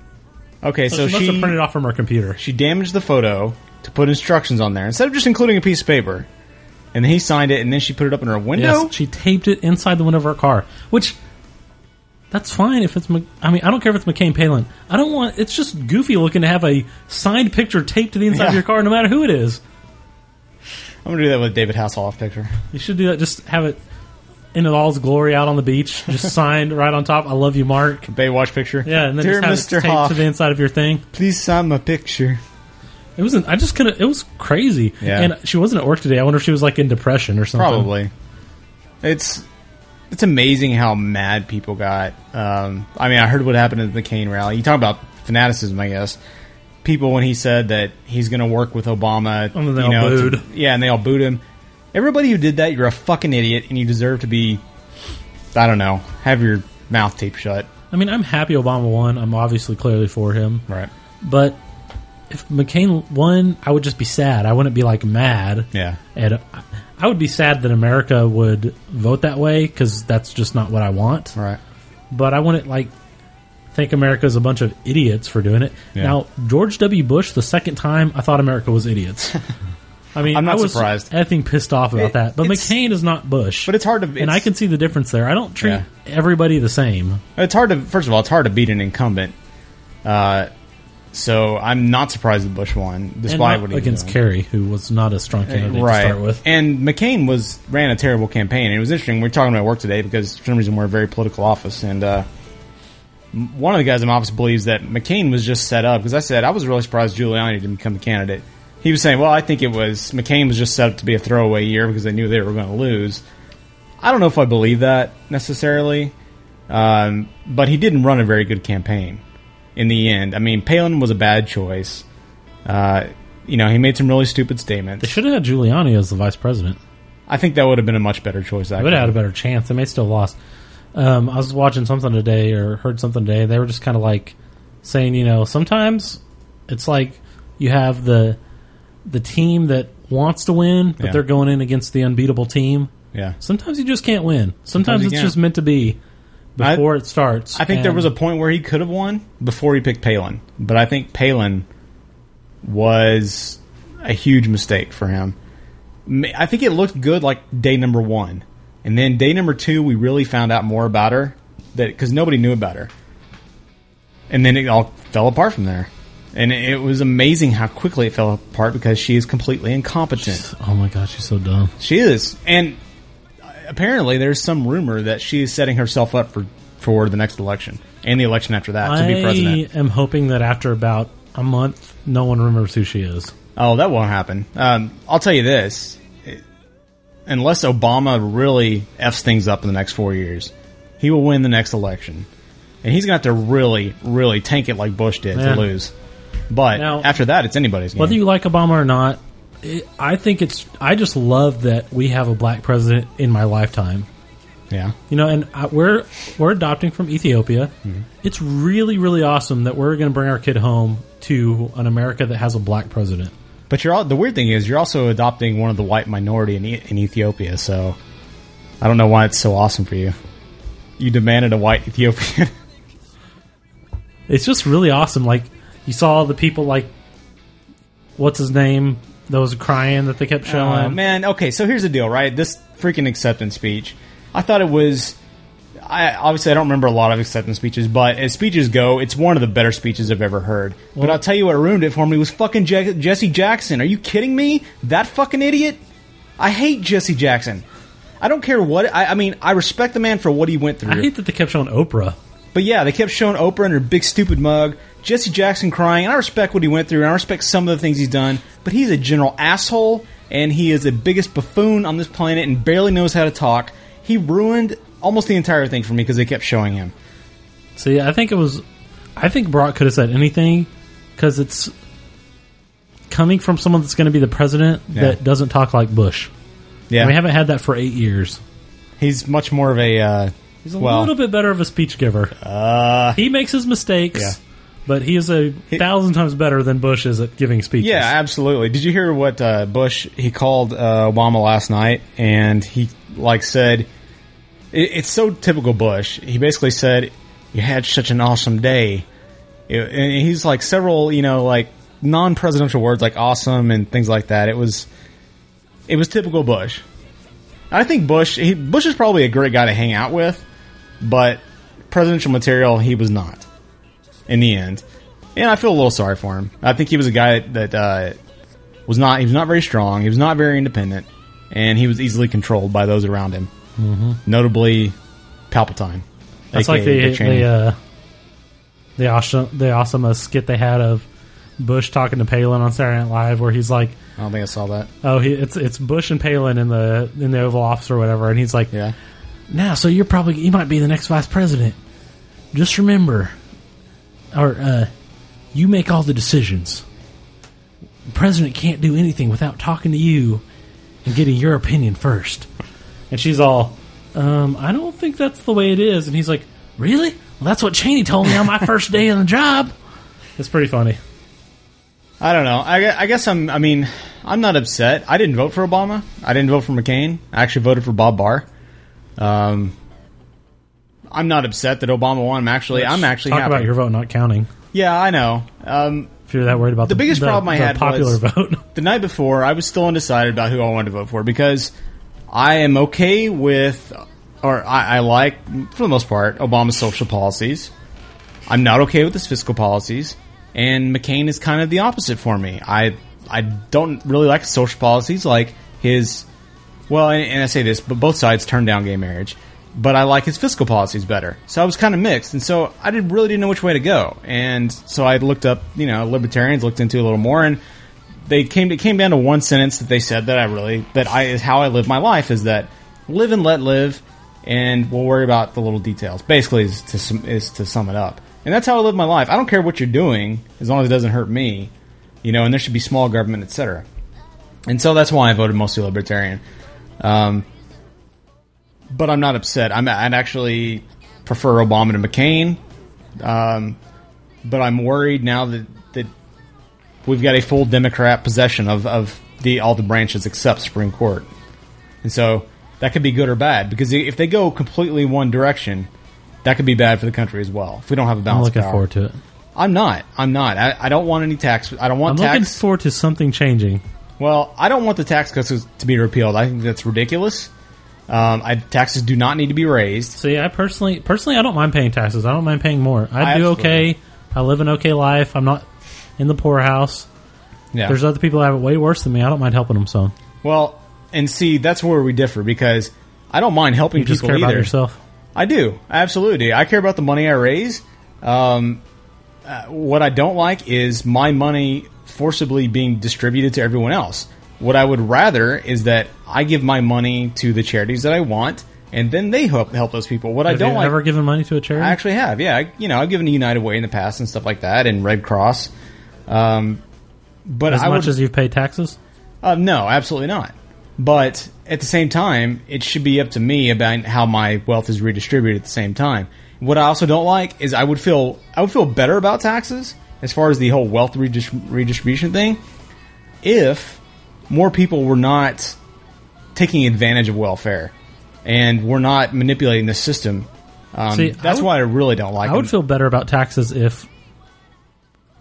Speaker 5: okay, so,
Speaker 4: so she must have printed it off from her computer.
Speaker 5: She damaged the photo to put instructions on there instead of just including a piece of paper. And he signed it, and then she put it up in her window.
Speaker 4: Yes, she taped it inside the window of her car, which that's fine if it's. Mc- I mean, I don't care if it's McCain Palin. I don't want. It's just goofy looking to have a signed picture taped to the inside of
Speaker 5: Yeah.
Speaker 4: your car, no matter who it is.
Speaker 5: I'm gonna do that with David Hasselhoff picture.
Speaker 4: You should do that. Just have it in it all its glory out on the beach, (laughs) just signed right on top. I love you, Mark.
Speaker 5: Baywatch picture.
Speaker 4: Yeah, and then
Speaker 5: Dear
Speaker 4: just
Speaker 5: Mr.
Speaker 4: have it taped
Speaker 5: Hoff,
Speaker 4: to the inside of your thing.
Speaker 5: please sign my picture.
Speaker 4: It wasn't. I just couldn't. It was crazy.
Speaker 5: Yeah.
Speaker 4: And she wasn't at work today. I wonder if she was like in depression or something.
Speaker 5: Probably. It's it's amazing how mad people got. Um, I mean, I heard what happened at the McCain rally. You talk about fanaticism, I guess. People when he said that he's going to work with Obama,
Speaker 4: Oh, And then they
Speaker 5: you
Speaker 4: all
Speaker 5: know, to-
Speaker 4: booed.
Speaker 5: yeah, and they all booed him. Everybody who did that, you're a fucking idiot, and you deserve to be. I don't know. Have your mouth taped shut.
Speaker 4: I mean, I'm happy Obama won. I'm obviously clearly for him.
Speaker 5: Right.
Speaker 4: But if McCain won, I would just be sad. I wouldn't be like mad.
Speaker 5: Yeah.
Speaker 4: And I- I would be sad that America would vote that way because that's just not what I want.
Speaker 5: Right.
Speaker 4: But I wouldn't like think America's a bunch of idiots for doing it.
Speaker 5: Yeah.
Speaker 4: Now George W. Bush, the second time, I thought America was
Speaker 5: (laughs)
Speaker 4: idiots. I mean,
Speaker 5: I'm not
Speaker 4: I was
Speaker 5: surprised.
Speaker 4: Effing pissed off about
Speaker 5: It-
Speaker 4: that. But
Speaker 5: it's-
Speaker 4: McCain is not Bush.
Speaker 5: But it's hard to.
Speaker 4: and I
Speaker 5: it's-
Speaker 4: can see the difference there. I don't treat
Speaker 5: Yeah.
Speaker 4: everybody the same.
Speaker 5: It's hard to first of all, it's hard to beat an incumbent. Uh, so I'm not surprised that Bush won,
Speaker 4: And
Speaker 5: despite
Speaker 4: not
Speaker 5: what he was
Speaker 4: against
Speaker 5: doing.
Speaker 4: Kerry, who was not a strong candidate
Speaker 5: right.
Speaker 4: to start with.
Speaker 5: And McCain was ran a terrible campaign. It was interesting. We are talking about work today because for some reason we're a very political office, and uh, m- one of the guys in my office believes that McCain was just set up. Because I said I was really surprised Giuliani didn't become a candidate. He was saying, "Well, I think it was McCain was just set up to be a throwaway year because they knew they were going to lose." I don't know if I believe that necessarily, um, but he didn't run a very good campaign in the end. I mean, Palin was a bad choice. Uh, you know, he made some really stupid statements.
Speaker 4: They should have had Giuliani as the vice president.
Speaker 5: I think that would have been a much better choice.
Speaker 4: They would have had a better chance. They may still lost. Um, I was watching something today or heard something today. They were just kind of like saying, you know, sometimes it's like you have the the team that wants to win, but
Speaker 5: Yeah.
Speaker 4: they're going in against the unbeatable team.
Speaker 5: Yeah.
Speaker 4: Sometimes you just can't win. Sometimes,
Speaker 5: you
Speaker 4: it's
Speaker 5: can't.
Speaker 4: just meant to be
Speaker 5: I-
Speaker 4: before it starts.
Speaker 5: I think there
Speaker 4: And
Speaker 5: was a point where he could have won before he picked Palin, but I think Palin was a huge mistake for him. Ma- I think it looked good like day number one, and then day number two, we really found out more about her that because nobody knew about her, and then it all fell apart from there. And it was amazing how quickly it fell apart because she is completely incompetent.
Speaker 4: Oh my gosh, she's so dumb.
Speaker 5: She is, and apparently there's some rumor that she is setting herself up for for the next election and the election after that to be president.
Speaker 4: I am hoping that after about a month, no one remembers who she is.
Speaker 5: Oh, that won't happen. Um, I'll tell you this: unless Obama really f's things up in the next four years, he will win the next election, and he's going to have to really, really tank it like Bush did
Speaker 4: Yeah.
Speaker 5: to lose. But
Speaker 4: Now-
Speaker 5: after that, it's anybody's game.
Speaker 4: Whether you like Obama or not, it, I think it's. I just love that we have a black president in my lifetime.
Speaker 5: Yeah,
Speaker 4: you know, and I, we're we're adopting from Ethiopia. It's really, really awesome that we're going to bring our kid home to an America that has a black president.
Speaker 5: But you're all, the weird thing is you're also adopting one of the white minority in, E- in Ethiopia, so I don't know why it's so awesome for you. You demanded a white
Speaker 4: (laughs)
Speaker 5: Ethiopian.
Speaker 4: It's just really awesome. Like you saw the people, like what's his name that was crying that they kept showing.
Speaker 5: Oh, man, okay, so here's the deal, right? This freaking acceptance speech. I thought it was. I obviously I don't remember a lot of acceptance speeches, but as speeches go, it's one of the better speeches I've ever heard. but
Speaker 4: Well-
Speaker 5: I'll tell you what ruined it for me was fucking Je- Jesse Jackson. Are you kidding me? That fucking idiot. I hate Jesse Jackson. I don't care what I, I mean. I respect the man for what he went through.
Speaker 4: I hate that they kept showing Oprah.
Speaker 5: But yeah, they kept showing Oprah in her big stupid mug, Jesse Jackson crying, and I respect what he went through, and I respect some of the things he's done, but he's a general asshole, and he is the biggest buffoon on this planet and barely knows how to talk. He ruined almost the entire thing for me because they kept showing him.
Speaker 4: See, I think it was. I think Brock could have said anything because it's coming from someone that's going to be the president
Speaker 5: Yeah.
Speaker 4: that doesn't talk like Bush.
Speaker 5: Yeah.
Speaker 4: And we haven't had that for eight years.
Speaker 5: He's much more of a. Uh,
Speaker 4: He's a
Speaker 5: well-
Speaker 4: little bit better of a speech giver.
Speaker 5: Uh,
Speaker 4: he makes his mistakes,
Speaker 5: Yeah.
Speaker 4: but he is a thousand times better than Bush is at giving speeches.
Speaker 5: Yeah, absolutely. Did you hear what uh, Bush he called uh, Obama last night, and he like said, it, "It's so typical Bush." He basically said, "You had such an awesome day," It- and he's like several you know like non-presidential words like "awesome" and things like that. It was it was typical Bush. I think Bush he, Bush is probably a great guy to hang out with, but presidential material he was not in the end. And I feel a little sorry for him. I think he was a guy that, that uh, was not he was not very strong. He was not very independent, and he was easily controlled by those around him,
Speaker 4: Mhm.
Speaker 5: notably Palpatine.
Speaker 4: That's
Speaker 5: aka
Speaker 4: like the
Speaker 5: Dick Cheney.
Speaker 4: the uh, the awesome the awesome uh, skit they had of Bush talking to Palin on Saturday Night Live, where he's like,
Speaker 5: I don't think I saw that.
Speaker 4: "Oh, he, it's it's Bush and Palin in the in the Oval Office or whatever," and he's like,
Speaker 5: "Yeah,
Speaker 4: now so you're probably you might be the next vice president. Just remember, or uh, you make all the decisions. The president can't do anything without talking to you and getting your opinion first. And she's all, um, I don't think that's the way it is. And he's like, Really? Well, that's what Cheney told me on my first day on the job. It's pretty funny.
Speaker 5: I don't know. I, gue- I guess I'm. I mean, I'm not upset. I didn't vote for Obama. I didn't vote for McCain. I actually voted for Bob Barr. Um, I'm not upset that Obama won. I'm actually. I'm actually
Speaker 4: Talk
Speaker 5: happy.
Speaker 4: about your vote not counting.
Speaker 5: yeah, I know. Um,
Speaker 4: If you're that worried about
Speaker 5: the,
Speaker 4: the,
Speaker 5: biggest
Speaker 4: the-
Speaker 5: problem I
Speaker 4: the
Speaker 5: had
Speaker 4: popular
Speaker 5: was
Speaker 4: (laughs) vote.
Speaker 5: the night before I was still undecided about who I wanted to vote for because I am okay with or I, I like for the most part Obama's social policies. I'm not okay with his fiscal policies, and McCain is kind of the opposite for me. I I don't really like his social policies like his well, and, and I say this, but both sides turned down gay marriage. But I like his fiscal policies better, so I was kind of mixed, and so I did, really didn't know which way to go, and so I looked up, you know, libertarians, looked into it a little more, and they came. It came down to one sentence that they said that I really that I is how I live my life is that live and let live, and we'll worry about the little details. Basically, is to sum, is to sum it up, and that's how I live my life. I don't care what you're doing as long as it doesn't hurt me, you know. And there should be small government, etc. And so that's why I voted mostly libertarian. Um, but I'm not upset. I'm, I'd actually prefer Obama to McCain. Um, but I'm worried now that, that we've got a full Democrat possession of, of the all the branches except Supreme Court. And so that could be good or bad because if they go completely one direction, that could be bad for the country as well. If we don't have a
Speaker 4: I'm
Speaker 5: balance,
Speaker 4: looking forward to it.
Speaker 5: I'm not. I'm not. I, I don't want any tax. I don't
Speaker 4: I'm
Speaker 5: want
Speaker 4: looking
Speaker 5: tax.
Speaker 4: forward to something changing.
Speaker 5: Well, I don't want the tax cuts to be repealed. I think that's ridiculous. Um, I, taxes do not need to be raised.
Speaker 4: See, I personally, personally, I don't mind paying taxes. I don't mind paying more. I,
Speaker 5: I
Speaker 4: do
Speaker 5: absolutely-
Speaker 4: okay. I live an okay life. I'm not in the poorhouse.
Speaker 5: Yeah.
Speaker 4: There's other people that have it way worse than me. I don't mind helping them. So
Speaker 5: Well, and see, that's where we differ because I don't mind helping
Speaker 4: you just
Speaker 5: people
Speaker 4: care
Speaker 5: either.
Speaker 4: about yourself.
Speaker 5: I do. I absolutely do. I care about the money I raise. Um, uh, what I don't like is my money forcibly being distributed to everyone else. What I would rather is that I give my money to the charities that I want, and then they help help those people. What I
Speaker 4: Have
Speaker 5: don't
Speaker 4: you
Speaker 5: like,
Speaker 4: ever given money to a charity?
Speaker 5: I actually have. Yeah, I, you know, I've given to United Way in the past and stuff like that, and Red Cross. Um, but
Speaker 4: as
Speaker 5: I
Speaker 4: much
Speaker 5: would,
Speaker 4: as you've paid taxes.
Speaker 5: uh, no, absolutely not. But at the same time, it should be up to me about how my wealth is redistributed. At the same time, what I also don't like is I would feel I would feel better about taxes as far as the whole wealth redis- redistribution thing if more people were not taking advantage of welfare and were not manipulating the system. Um,
Speaker 4: See, I
Speaker 5: that's
Speaker 4: would-
Speaker 5: why I really don't like.
Speaker 4: I would
Speaker 5: them.
Speaker 4: feel better about taxes if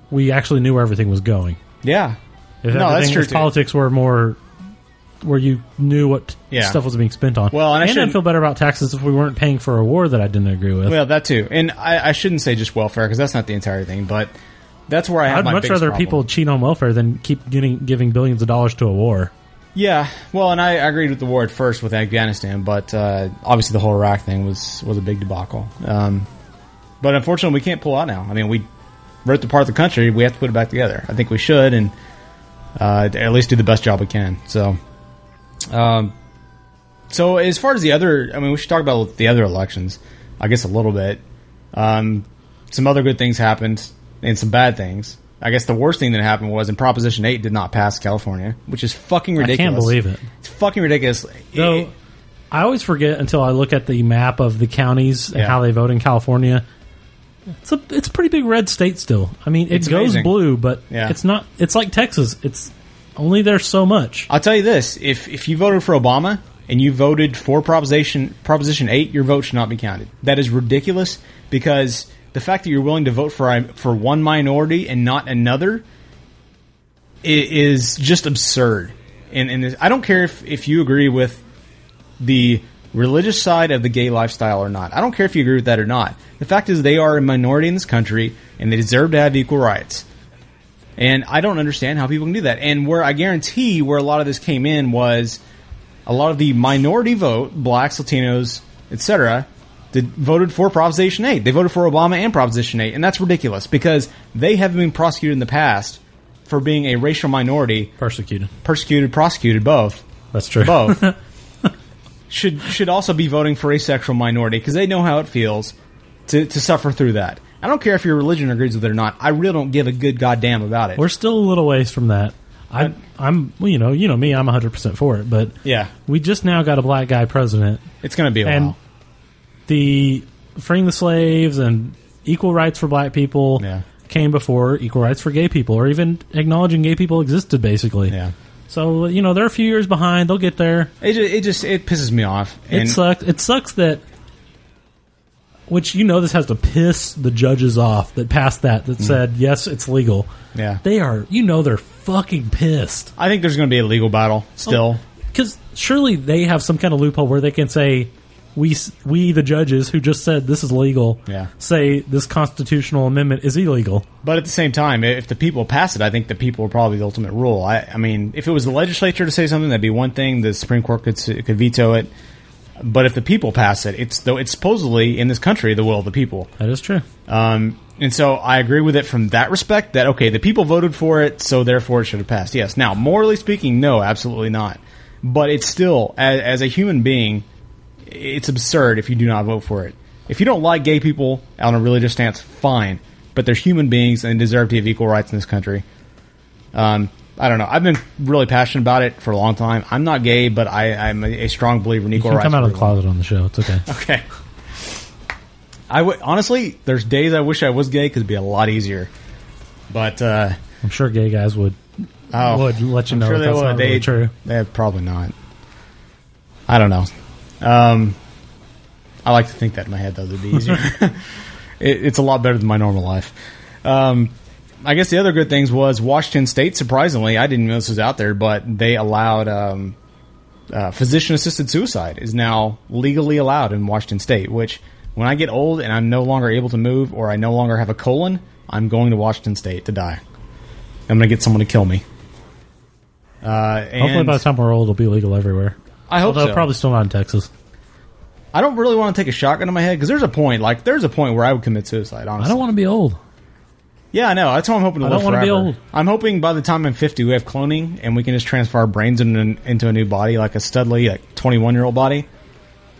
Speaker 4: we actually knew where everything was going.
Speaker 5: yeah.
Speaker 4: If
Speaker 5: no, that's
Speaker 4: everything-
Speaker 5: true.
Speaker 4: If
Speaker 5: too.
Speaker 4: politics were more where you knew what
Speaker 5: Yeah.
Speaker 4: stuff was being spent on.
Speaker 5: Well, and I
Speaker 4: I'd
Speaker 5: shouldn't-
Speaker 4: feel better about taxes if we weren't paying for a war that I didn't agree with.
Speaker 5: Well, that too, and I, I shouldn't say just welfare because that's not the entire thing, but that's where I have
Speaker 4: I'd
Speaker 5: my
Speaker 4: much
Speaker 5: biggest
Speaker 4: rather
Speaker 5: problem.
Speaker 4: people cheat on welfare than keep getting, giving billions of dollars to a war.
Speaker 5: Yeah, well, and I agreed with the war at first with Afghanistan, but uh, obviously the whole Iraq thing was was a big debacle. Um, but unfortunately, we can't pull out now. I mean, we ripped apart the country. We have to put it back together. I think we should, and uh, at least do the best job we can. So, um, so as far as the other, I mean, we should talk about the other elections, I guess, a little bit. Um, some other good things happened and some bad things. I guess the worst thing that happened was, and Proposition Eight did not pass California, which is fucking ridiculous.
Speaker 4: I can't believe it.
Speaker 5: It's fucking ridiculous.
Speaker 4: Though I always forget until I look at the map of the counties and
Speaker 5: Yeah.
Speaker 4: how they vote in California. It's a it's a pretty big red state still. I mean, it
Speaker 5: It's
Speaker 4: goes
Speaker 5: amazing.
Speaker 4: blue, but
Speaker 5: Yeah.
Speaker 4: it's not. It's like Texas. It's only there's so much.
Speaker 5: I'll tell you this: if if you voted for Obama and you voted for Proposition Proposition Eight, your vote should not be counted. That is ridiculous because the fact that you're willing to vote for a- for one minority and not another i- is just absurd. And, and I don't care if, if you agree with the religious side of the gay lifestyle or not. I don't care if you agree with that or not. The fact is, they are a minority in this country, and they deserve to have equal rights. And I don't understand how people can do that. And where I guarantee where a lot of this came in was a lot of the minority vote, blacks, Latinos, etc., that voted for Proposition 8. They voted for Obama and Proposition 8, and that's ridiculous because they have been prosecuted in the past for being a racial minority,
Speaker 4: persecuted,
Speaker 5: persecuted, prosecuted, both.
Speaker 4: That's true.
Speaker 5: Both should should also be voting for a sexual minority because they know how it feels to, to suffer through that. I don't care if your religion agrees with it or not. I really don't give a good goddamn about
Speaker 4: (laughs)
Speaker 5: it.
Speaker 4: We're still a little ways from that. I, I'm, well, you know, you know me. I'm 100 percent for it, but
Speaker 5: Yeah.
Speaker 4: we just now got a black guy president.
Speaker 5: It's going to be a
Speaker 4: and
Speaker 5: while.
Speaker 4: the freeing the slaves and equal rights for black people came before equal rights for gay people, or even acknowledging gay people existed. Basically, yeah. So you know they're a few years behind. They'll get there.
Speaker 5: It just, it just it pisses me off.
Speaker 4: it
Speaker 5: And-
Speaker 4: sucks. It sucks that. Which you know, this has to piss the judges off that passed that that said yes, it's legal.
Speaker 5: Yeah,
Speaker 4: they are. You know, they're fucking pissed.
Speaker 5: I think there's going to be a legal battle
Speaker 4: Oh.
Speaker 5: still.
Speaker 4: because surely they have some kind of loophole where they can say we s- we the judges who just said this is legal
Speaker 5: Yeah.
Speaker 4: say this constitutional amendment is illegal.
Speaker 5: But at the same time, i- if the people pass it, I think the people are probably the ultimate rule. I, I mean, if it was the legislature to say something, that'd be one thing. The Supreme Court could s- could veto it. But if the people pass it, it's though it's supposedly in this country the will of the people.
Speaker 4: That is true.
Speaker 5: Um, and so I agree with it from that respect. That okay, the people voted for it, so therefore it should have passed. Yes. Now, morally speaking, no, absolutely not. But it's still, as, as a human being, it's absurd if you do not vote for it. If you don't like gay people on a religious stance, fine. But they're human beings and deserve to have equal rights in this country. Um, I don't know. I've been really passionate about it for a long time. I'm not gay, but I, I'm a, a strong believer in
Speaker 4: You
Speaker 5: equal
Speaker 4: can
Speaker 5: rights.
Speaker 4: come out
Speaker 5: for
Speaker 4: of the closet on the show. It's
Speaker 5: (laughs)
Speaker 4: okay.
Speaker 5: Okay. I w- honestly, there's days I wish I was gay because it'd be a lot easier. But uh,
Speaker 4: I'm sure gay guys would
Speaker 5: oh,
Speaker 4: would let you
Speaker 5: I'm
Speaker 4: know
Speaker 5: sure
Speaker 4: that
Speaker 5: they
Speaker 4: that's
Speaker 5: would.
Speaker 4: not really
Speaker 5: They-
Speaker 4: true.
Speaker 5: They Eh, probably not. I don't know. Um, I like to think that in my head though. That'd be
Speaker 4: (laughs)
Speaker 5: easier. it, it's a lot better than my normal life. Um, I guess the other good things was Washington State. Surprisingly, I didn't know this was out there, but they allowed um, uh, physician-assisted suicide is now legally allowed in Washington State. Which, when I get old and I'm no longer able to move or I no longer have a colon, I'm going to Washington State to die. I'm going to get someone to kill me. Uh,
Speaker 4: Hopefully,
Speaker 5: and-
Speaker 4: by the time we're old, it'll be legal everywhere.
Speaker 5: I hope
Speaker 4: Although
Speaker 5: so.
Speaker 4: Probably still not in Texas.
Speaker 5: I don't really want to take a shotgun to my head because there's a point. Like there's a point where I would commit suicide. Honestly,
Speaker 4: I don't want to be old.
Speaker 5: Yeah, I know. That's what I'm hoping to
Speaker 4: I
Speaker 5: live
Speaker 4: don't wanna be
Speaker 5: forever.
Speaker 4: old.
Speaker 5: I'm hoping by the time I'm 50, we have cloning and we can just transfer our brains in, an- into a new body, like a Studley, like 21 year old body.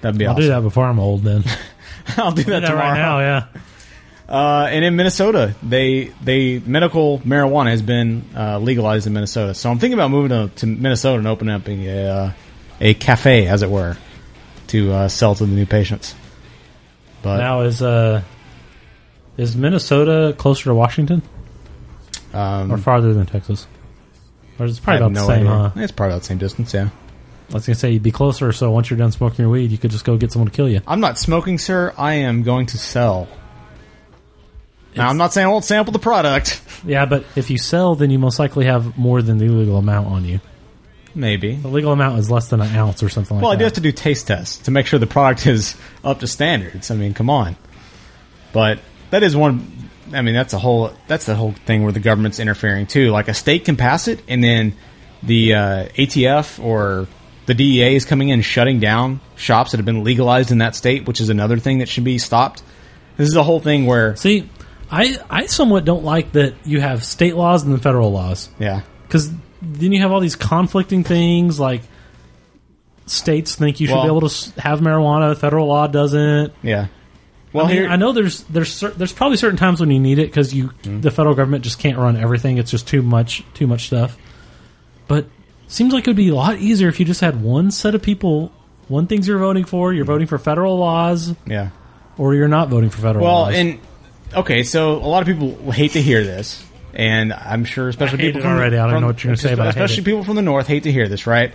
Speaker 5: That'd be
Speaker 4: I'll
Speaker 5: awesome.
Speaker 4: do that before I'm old.
Speaker 5: (laughs)
Speaker 4: Then (laughs)
Speaker 5: I'll do that
Speaker 4: that
Speaker 5: tomorrow.
Speaker 4: right now, yeah.
Speaker 5: Uh, and in Minnesota, they they medical marijuana has been uh, legalized in Minnesota. So I'm thinking about moving to, to Minnesota and opening up a uh, a cafe, as it were, to uh, sell to the new patients. But
Speaker 4: now is uh, is Minnesota closer to Washington
Speaker 5: um,
Speaker 4: or farther than Texas? Or is it
Speaker 5: I
Speaker 4: probably
Speaker 5: have
Speaker 4: about the
Speaker 5: no
Speaker 4: same?
Speaker 5: idea.
Speaker 4: Huh?
Speaker 5: It's probably about the same distance. Yeah.
Speaker 4: I was gonna say you'd be closer. So once you're done smoking your weed, you could just go get someone to kill you.
Speaker 5: I'm not smoking, sir. I am going to sell. Now I'm not saying I won't sample the product.
Speaker 4: Yeah, but if you sell, then you most likely have more than the legal amount on you.
Speaker 5: Maybe
Speaker 4: the legal amount is less than an ounce or something like
Speaker 5: well, I
Speaker 4: that.
Speaker 5: do have to do taste tests to make sure the product (laughs) is up to standards. I mean, come on. But that is one. I mean, that's a whole. That's the whole thing where the government's interfering too. Like a state can pass it, and then the uh, ATF or the DEA is coming in, and shutting down shops that have been legalized in that state, which is another thing that should be stopped. This is a whole thing where
Speaker 4: see, I I somewhat don't like that you have state laws and then federal laws.
Speaker 5: Yeah,
Speaker 4: because then you have all these conflicting things like states think you should
Speaker 5: Well-
Speaker 4: be able to s- have marijuana, federal law doesn't.
Speaker 5: Yeah.
Speaker 4: Well,
Speaker 5: Well,
Speaker 4: I, mean,
Speaker 5: here-
Speaker 4: I know there's there's cer- there's probably certain times when you need it because you
Speaker 5: Hmm.
Speaker 4: the federal government just can't run everything. It's just too much too much stuff. But seems like it would be a lot easier if you just had one set of people, one things you're voting for.
Speaker 5: Hmm.
Speaker 4: You're voting for federal laws,
Speaker 5: yeah,
Speaker 4: or you're not voting for federal
Speaker 5: well,
Speaker 4: laws.
Speaker 5: and okay, so a lot of people hate to hear this, and I'm sure, especially
Speaker 4: I hate
Speaker 5: people
Speaker 4: it
Speaker 5: from
Speaker 4: already. I don't
Speaker 5: from-
Speaker 4: know what you're gonna say, but I hate
Speaker 5: especially
Speaker 4: it.
Speaker 5: people from the north hate to hear this, right?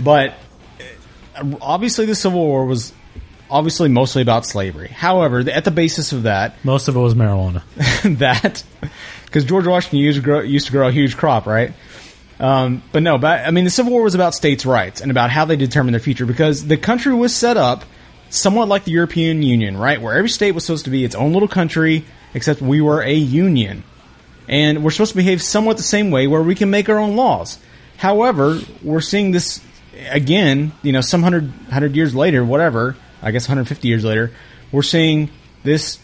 Speaker 5: But uh, obviously, the Civil War was obviously mostly about slavery. However, at the basis of that,
Speaker 4: most of it was marijuana.
Speaker 5: that (laughs) because George Washington used to grow, used to grow a huge crop, right? Um, but no, but I mean, the Civil War was about states' rights and about how they determine their future because the country was set up somewhat like the European Union, right? Where every state was supposed to be its own little country, except we were a union. And we're supposed to behave somewhat the same way where we can make our own laws. However, we're seeing this again, you know, some hundred, hundred years later, whatever, I guess 150 years later, we're seeing this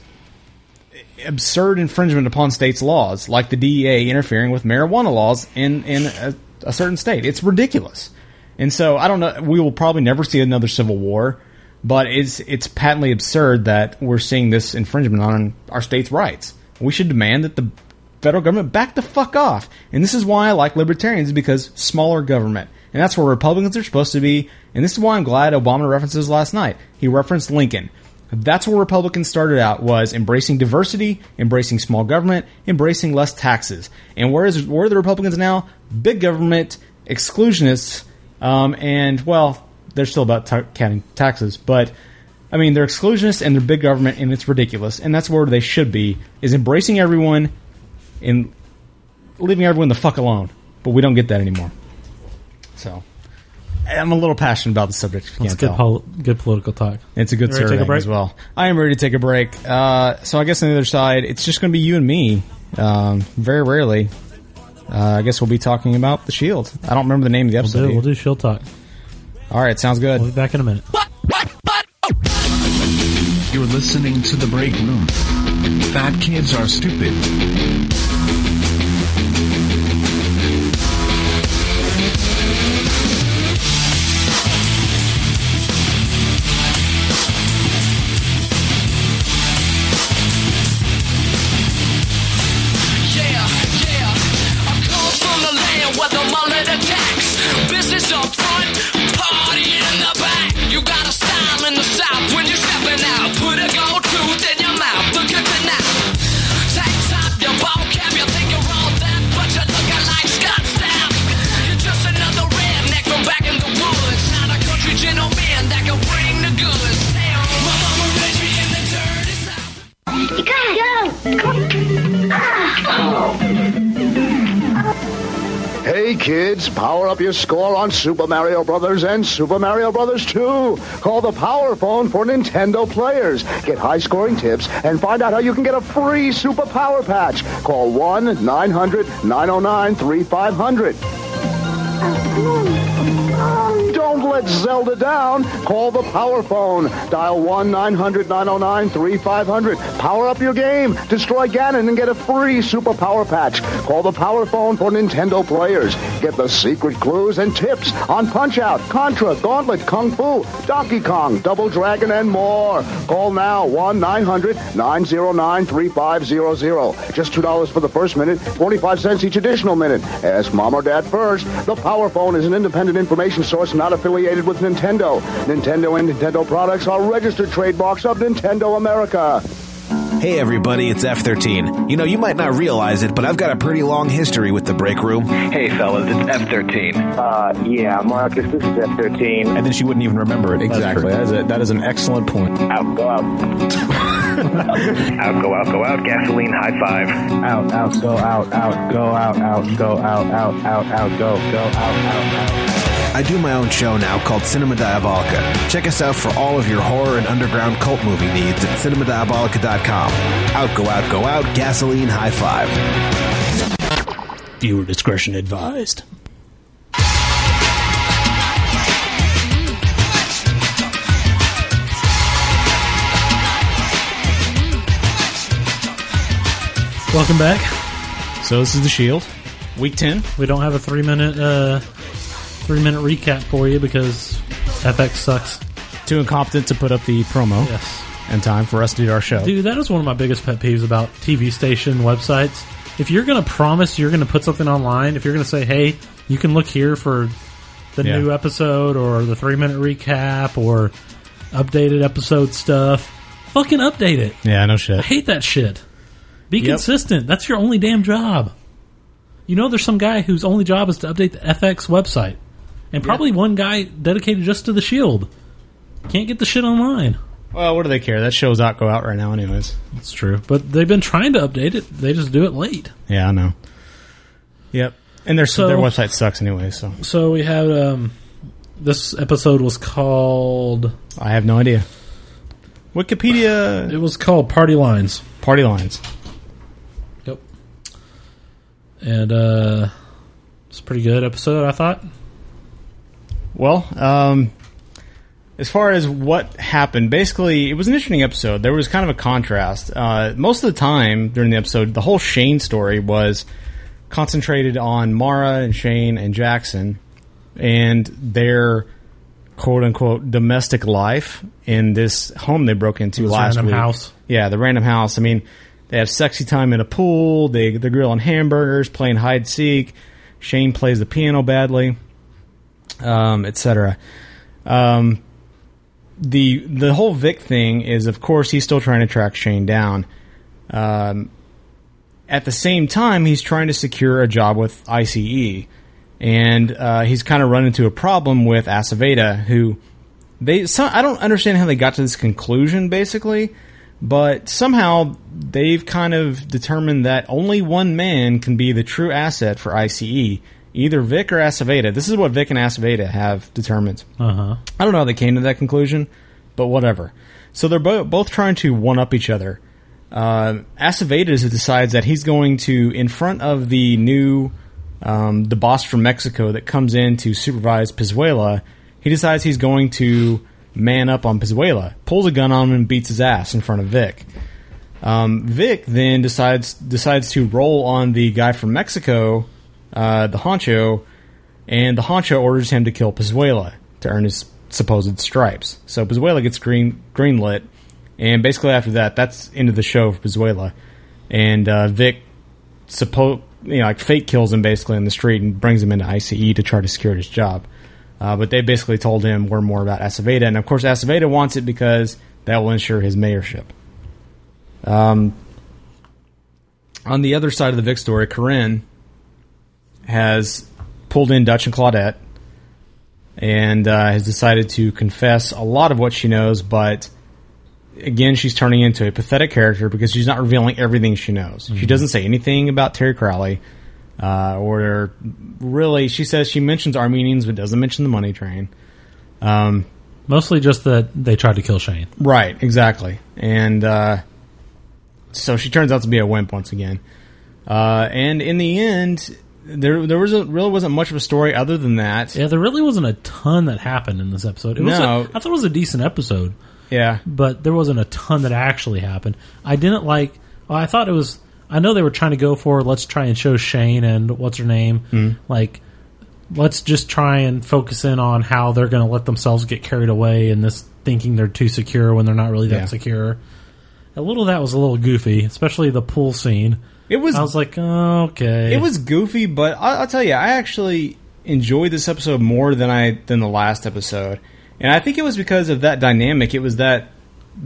Speaker 5: absurd infringement upon states' laws, like the DEA interfering with marijuana laws in in a, a certain state. It's ridiculous, and so I don't know. We will probably never see another civil war, but it's it's patently absurd that we're seeing this infringement on our states' rights. We should demand that the federal government back the fuck off. And this is why I like libertarians because smaller government. And that's where Republicans are supposed to be. And this is why I'm glad Obama references last night. He referenced Lincoln. That's where Republicans started out was embracing diversity, embracing small government, embracing less taxes. And where is where are the Republicans now? Big government, exclusionists, um, and well, they're still about ta counting taxes, but I mean, they're exclusionists and they're big government, and it's ridiculous. And that's where they should be: is embracing everyone and leaving everyone the fuck alone. But we don't get that anymore. So, I'm a little passionate about the subject. If you
Speaker 4: That's
Speaker 5: can't
Speaker 4: good
Speaker 5: tell.
Speaker 4: pol- good political talk.
Speaker 5: It's a good
Speaker 4: You ready to take a
Speaker 5: survey
Speaker 4: break?
Speaker 5: as well. I am ready to take a break. Uh, so I guess on the other side, it's just going to be you and me. Um, very rarely, uh, I guess we'll be talking about the Shield. I don't remember the name of the episode.
Speaker 4: do- we'll do Shield talk.
Speaker 5: All right, sounds good. We'll be
Speaker 4: back in a minute.
Speaker 1: You're listening to The Break Room. Fat kids are stupid.
Speaker 8: Yeah, yeah. I come from the land where the mullet attacks. Business up front, party in the back. You got a style in the south when you're stepping out. Put a gold tooth in your mouth. Look at the now. Tank top, your vocab, you think you're all that, but you're looking like Scott Stapp. You're just another redneck from back in the woods. Not a country gentleman that can bring the goods. Damn, my mama raised me in the dirty south. You gotta go.
Speaker 13: Hey kids, power up your score on Super Mario Brothers and Super Mario Brothers 2. Call the Power Phone for Nintendo players. Get high scoring tips and find out how you can get a free Super Power Patch. Call 1-900-909-3500. Don't let Zelda down, call the Power Phone. Dial 1 900 909 3500. Power up your game, destroy Ganon, and get a free Super Power Patch. Call the Power Phone for Nintendo players. Get the secret clues and tips on Punch Out, Contra, Gauntlet, Kung Fu, Donkey Kong, Double Dragon, and more. Call now 1 900 909 3500. Just $2 for the first minute, 45 cents each additional minute. Ask mom or dad first. The Power Phone is an independent information source not affiliated with Nintendo. Nintendo and Nintendo products are registered trademarks of Nintendo America.
Speaker 14: Hey everybody, it's F13. You know, you might not realize it, but I've got a pretty long history with the break room.
Speaker 15: Hey fellas, it's F13. Uh, yeah, Marcus, this is F13.
Speaker 14: And then she wouldn't even remember it.
Speaker 5: Exactly. That is, a, that is an excellent point.
Speaker 15: Out, go out. out, go out, go out. Gasoline, high five.
Speaker 6: Out, out, go out, out, go out, out, go out, out, out, out, go, go, out, out, out.
Speaker 14: I do my own show now called Cinema Diabolica. Check us out for all of your horror and underground cult movie needs at cinemadiabolica.com. Out, go out, go out, gasoline, high five.
Speaker 16: Viewer discretion advised.
Speaker 4: Welcome back.
Speaker 5: So this is the Shield, week ten.
Speaker 4: We don't have a three minute uh, three minute recap for you because FX sucks.
Speaker 5: Too incompetent to put up the promo.
Speaker 4: Yes.
Speaker 5: And time for us to do our show.
Speaker 4: Dude, that is one of my biggest pet peeves about TV station websites. If you're going to promise you're going to put something online, if you're going to say, hey, you can look here for the
Speaker 5: Yeah.
Speaker 4: new episode or the three minute recap or updated episode stuff, fucking update it.
Speaker 5: Yeah, no
Speaker 4: I
Speaker 5: shit.
Speaker 4: hate that shit. Be
Speaker 5: Yep.
Speaker 4: consistent. That's your only damn job. You know, there's some guy whose only job is to update the FX website, and probably one guy dedicated just to the Shield. Can't get the shit online.
Speaker 5: Well, what do they care? That show's out go out right now, anyways.
Speaker 4: That's true. But they've been trying to update it. They just do it late.
Speaker 5: Yeah, I know. Yep. And their
Speaker 4: So-
Speaker 5: their website sucks anyway. So
Speaker 4: So we had um, this episode was called.
Speaker 5: I have no idea. Wikipedia.
Speaker 4: It was called Party Lines.
Speaker 5: Party lines.
Speaker 4: Yep. And uh, it's a pretty good episode, I thought.
Speaker 5: Well, um, as far as what happened, basically, it was an interesting episode. There was kind of a contrast. Uh, most of the time during the episode, the whole Shane story was concentrated on Mara and Shane and Jackson and their quote unquote domestic life in this home they broke into
Speaker 4: This
Speaker 5: last
Speaker 4: random
Speaker 5: week.
Speaker 4: house.
Speaker 5: Yeah, the random house. I mean, they have sexy time in a pool. They they're grilling hamburgers, playing hide and seek. Shane plays the piano badly, um, etc. Um, the the whole Vic thing is, of course, he's still trying to track Shane down. Um, at the same time, he's trying to secure a job with ICE, and uh, he's kind of run into a problem with Aceveda, who they so, I don't understand how they got to this conclusion, basically, but somehow they've kind of determined that only one man can be the true asset for ICE, either Vic or Aceveda. This is what Vic and Aceveda have determined.
Speaker 4: Uh huh.
Speaker 5: I don't know how they came to that conclusion, but whatever. So they're bo- both trying to one up each other. Uh, Acevedas decides that he's going to, in front of the new, um, the boss from Mexico that comes in to supervise Pizuela, he decides he's going to man up on Pizuela, pulls a gun on him and beats his ass in front of Vic. Um, Vic then decides decides to roll on the guy from Mexico, uh, the honcho, and the honcho orders him to kill Pazuela to earn his supposed stripes. So Pazuela gets green greenlit, and basically after that, that's into the show for Pazuela. And uh, Vic suppo- you know, like fake kills him basically in the street and brings him into ICE to try to secure his job. Uh, but they basically told him we're more about Aceveda, and of course Aceveda wants it because that will ensure his mayorship. Um, on the other side of the Vic story, Corinne has pulled in Dutch and Claudette and uh, has decided to confess a lot of what she knows, but again, she's turning into a pathetic character because she's not revealing everything she knows. She
Speaker 17: Mhm.
Speaker 5: doesn't say anything about Terry Crowley. Uh, or really, she says she mentions Armenians but doesn't mention the money train. Um,
Speaker 4: Mostly just that they tried to kill Shane.
Speaker 5: Right, exactly. And uh, so she turns out to be a wimp once again. Uh, and in the end, there there was a, really wasn't much of a story other than that.
Speaker 4: Yeah, there really wasn't a ton that happened in this episode. It was
Speaker 5: No.
Speaker 4: a, I thought it was a decent episode.
Speaker 5: Yeah.
Speaker 4: But there wasn't a ton that actually happened. I didn't like well, I thought it was I know they were trying to go for let's try and show Shane and what's her name
Speaker 5: Mm.
Speaker 4: like let's just try and focus in on how they're going to let themselves get carried away in this thinking they're too secure when they're not really that
Speaker 5: Yeah.
Speaker 4: secure. A little of that was a little goofy, especially the pool scene.
Speaker 5: It was-
Speaker 4: I was like, okay.
Speaker 5: It was goofy, but I, I'll tell you, I actually enjoyed this episode more than I than the last episode, and I think it was because of that dynamic. It was that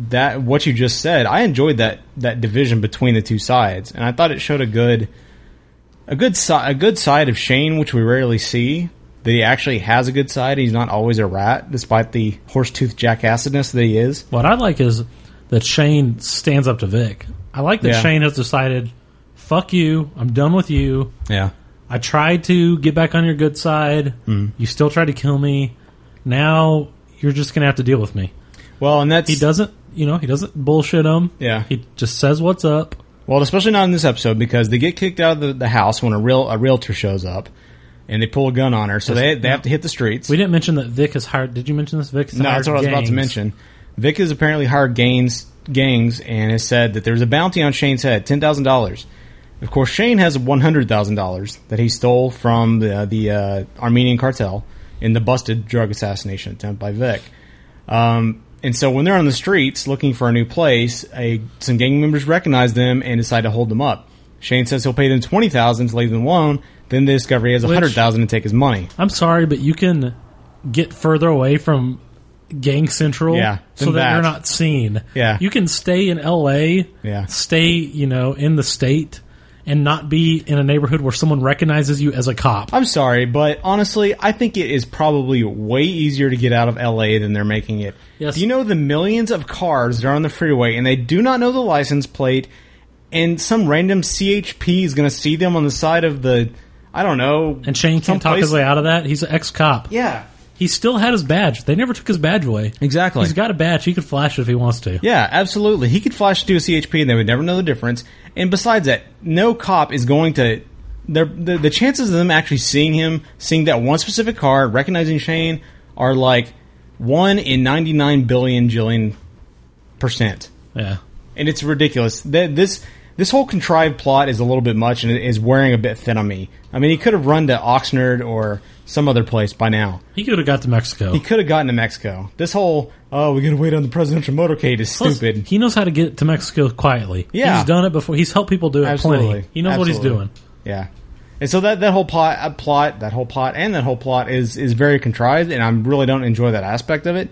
Speaker 5: that what you just said. I enjoyed that that division between the two sides, and I thought it showed a good a good side a good side of Shane, which we rarely see. That he actually has a good side. He's not always a rat, despite the horse tooth jackassedness that he is.
Speaker 4: What I like is that Shane stands up to Vic. I like that
Speaker 5: Yeah.
Speaker 4: Shane has decided, fuck you, I'm done with you.
Speaker 5: Yeah.
Speaker 4: I tried to get back on your good side.
Speaker 5: Mm.
Speaker 4: You still try to kill me. Now you're just gonna have to deal with me.
Speaker 5: Well, and that's
Speaker 4: he doesn't, you know, he doesn't bullshit him.
Speaker 5: Yeah.
Speaker 4: he just says what's up.
Speaker 5: Well, especially not in this episode because they get kicked out of the, the house when a real a realtor shows up, and they pull a gun on her. So they they have to hit the streets.
Speaker 4: We didn't mention that Vic has hired. Did you mention this? Vic? has
Speaker 5: No, that's what
Speaker 4: hired
Speaker 5: I was about to
Speaker 4: gangs.
Speaker 5: mention. Vic has apparently hired gangs, gangs, and has said that there's a bounty on Shane's head, ten thousand dollars. Of course, Shane has one hundred thousand dollars that he stole from the, the uh, Armenian cartel in the busted drug assassination attempt by Vic. Um, and so, when they're on the streets looking for a new place, a, some gang members recognize them and decide to hold them up. Shane says he'll pay them twenty thousand to leave them alone. Then they discover he has a
Speaker 4: Which-
Speaker 5: hundred thousand to take his money.
Speaker 4: I'm sorry, but you can get further away from Gang Central,
Speaker 5: Yeah,
Speaker 4: so that,
Speaker 5: than that.
Speaker 4: you're not seen.
Speaker 5: Yeah.
Speaker 4: you can stay in L.A.
Speaker 5: Yeah.
Speaker 4: stay, you know, in the state and not be in a neighborhood where someone recognizes you as a cop.
Speaker 5: I'm sorry, but honestly, I think it is probably way easier to get out of LA than they're making it.
Speaker 4: Yes.
Speaker 5: Do you know the millions of cars that are on the freeway and they do not know the license plate, and some random CHP is going to see them on the side of the, I don't know.
Speaker 4: And Shane can't talk his way out of that. He's an ex-cop.
Speaker 5: Yeah.
Speaker 4: He still had his badge. They never took his badge away.
Speaker 5: Exactly.
Speaker 4: He's got a badge. He could flash it if he wants to.
Speaker 5: Yeah, absolutely. He could flash to a CHP and they would never know the difference. And besides that, no cop is going to. they're- The, the chances of them actually seeing him, seeing that one specific car, recognizing Shane, are like 1 in 99 billion jillion percent.
Speaker 4: Yeah.
Speaker 5: And it's ridiculous. That This this whole contrived plot is a little bit much and it is wearing a bit thin on me. I mean, he could have run to Oxnard or some other place by now.
Speaker 4: He could have got to Mexico.
Speaker 5: He could have gotten to Mexico. This whole, oh, we got to wait on the presidential motorcade is
Speaker 4: Plus,
Speaker 5: stupid.
Speaker 4: he knows how to get to Mexico quietly.
Speaker 5: Yeah.
Speaker 4: He's done it before. He's helped people do it plenty. He knows what he's
Speaker 5: Absolutely.
Speaker 4: doing.
Speaker 5: Yeah, and so that that whole plot, uh, plot, that whole plot, and that whole plot is is very contrived, and I really don't enjoy that aspect of it.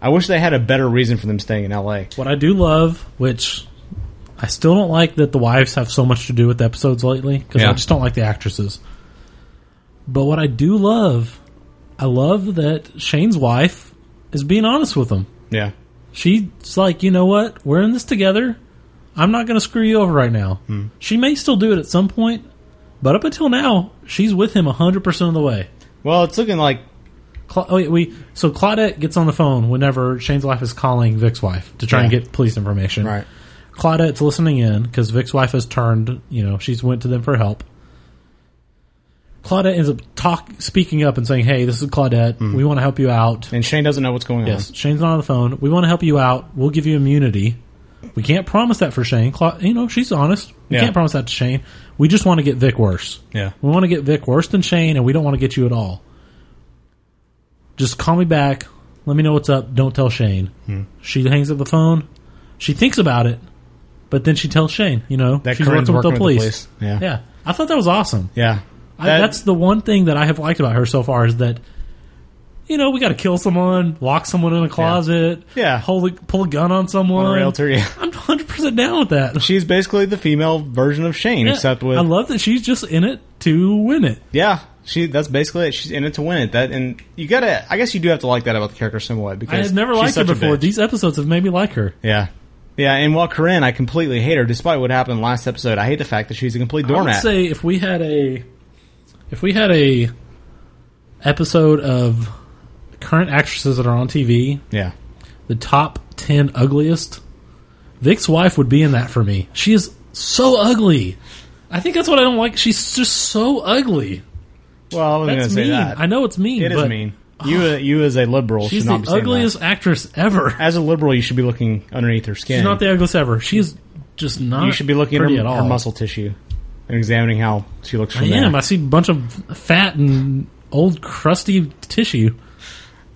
Speaker 5: I wish they had a better reason for them staying in L.A.
Speaker 4: What I do love, which I still don't like that the wives have so much to do with the episodes lately because
Speaker 5: Yeah.
Speaker 4: I just don't like the actresses. But what I do love, I love that Shane's wife is being honest with him.
Speaker 5: Yeah.
Speaker 4: She's like, you know what? We're in this together. I'm not going to screw you over right now.
Speaker 5: Hmm.
Speaker 4: She may still do it at some point, but up until now, she's with him 100% of the way.
Speaker 5: Well, it's looking like.
Speaker 4: Cla- oh, wait, we so Claudette gets on the phone whenever Shane's wife is calling Vic's wife to try and
Speaker 5: Yeah.
Speaker 4: get police information.
Speaker 5: Right.
Speaker 4: Claudette's listening in because Vic's wife has turned. You know, she's went to them for help. Claudette ends up talk speaking up and saying, "Hey, this is Claudette. We want to help you out."
Speaker 5: And Shane doesn't know what's going
Speaker 4: yes, Shane's not on the phone. We want to help you out. We'll give you immunity. We can't promise that for Shane. Cla- you know, she's honest. We
Speaker 5: Yeah.
Speaker 4: can't promise that to Shane. We just want to get Vic worse.
Speaker 5: Yeah.
Speaker 4: We want to get Vic worse than Shane, and we don't want to get you at all. Just call me back. Let me know what's up. Don't tell Shane.
Speaker 5: Hmm.
Speaker 4: She hangs up the phone. She thinks about it, but then she tells Shane, you know,
Speaker 5: That
Speaker 4: she's
Speaker 5: Corinne's
Speaker 4: working with the
Speaker 5: working with the
Speaker 4: police.
Speaker 5: police. Yeah.
Speaker 4: Yeah. I thought that was awesome.
Speaker 5: Yeah.
Speaker 4: I, that's the one thing that I have liked about her so far is that, you know, we got to kill someone, lock someone in a closet,
Speaker 5: Yeah.
Speaker 4: hold a, pull a gun on someone.
Speaker 5: On a realtor, yeah.
Speaker 4: I'm 100% down with that.
Speaker 5: on. She's basically the female version of Shane,
Speaker 4: Yeah.
Speaker 5: except with
Speaker 4: I love that she's just in it to win it.
Speaker 5: yeah. She that's basically it. She's in it to win it. That and you gotta. I guess you do have to like that about the character somewhat because
Speaker 4: I had never liked
Speaker 5: she's
Speaker 4: her
Speaker 5: such a
Speaker 4: before.
Speaker 5: bitch.
Speaker 4: These episodes have made me like her.
Speaker 5: Yeah. Yeah, and while Corinne, I completely hate her, despite what happened last episode. I hate the fact that she's a complete
Speaker 4: I would
Speaker 5: doormat.
Speaker 4: say if we had a if we had a episode of current actresses that are on TV,
Speaker 5: yeah.
Speaker 4: the top ten ugliest, Vic's wife would be in that for me. She is so ugly. I think that's what I don't like. She's just so ugly.
Speaker 5: Well, I wasn't
Speaker 4: that's
Speaker 5: gonna say
Speaker 4: mean.
Speaker 5: that.
Speaker 4: I know it's mean.
Speaker 5: It is
Speaker 4: but
Speaker 5: mean. You, uh, you as a liberal,
Speaker 4: She's
Speaker 5: should
Speaker 4: the
Speaker 5: not be saying that.
Speaker 4: ugliest actress ever.
Speaker 5: As a liberal, you should be looking underneath her skin.
Speaker 4: She's not the ugliest ever. She's just not.
Speaker 5: you should be looking at
Speaker 4: pretty
Speaker 5: her,
Speaker 4: at all.
Speaker 5: her muscle tissue and examining how she looks
Speaker 4: I
Speaker 5: from
Speaker 4: am.
Speaker 5: there.
Speaker 4: I see a bunch of fat and old crusty tissue.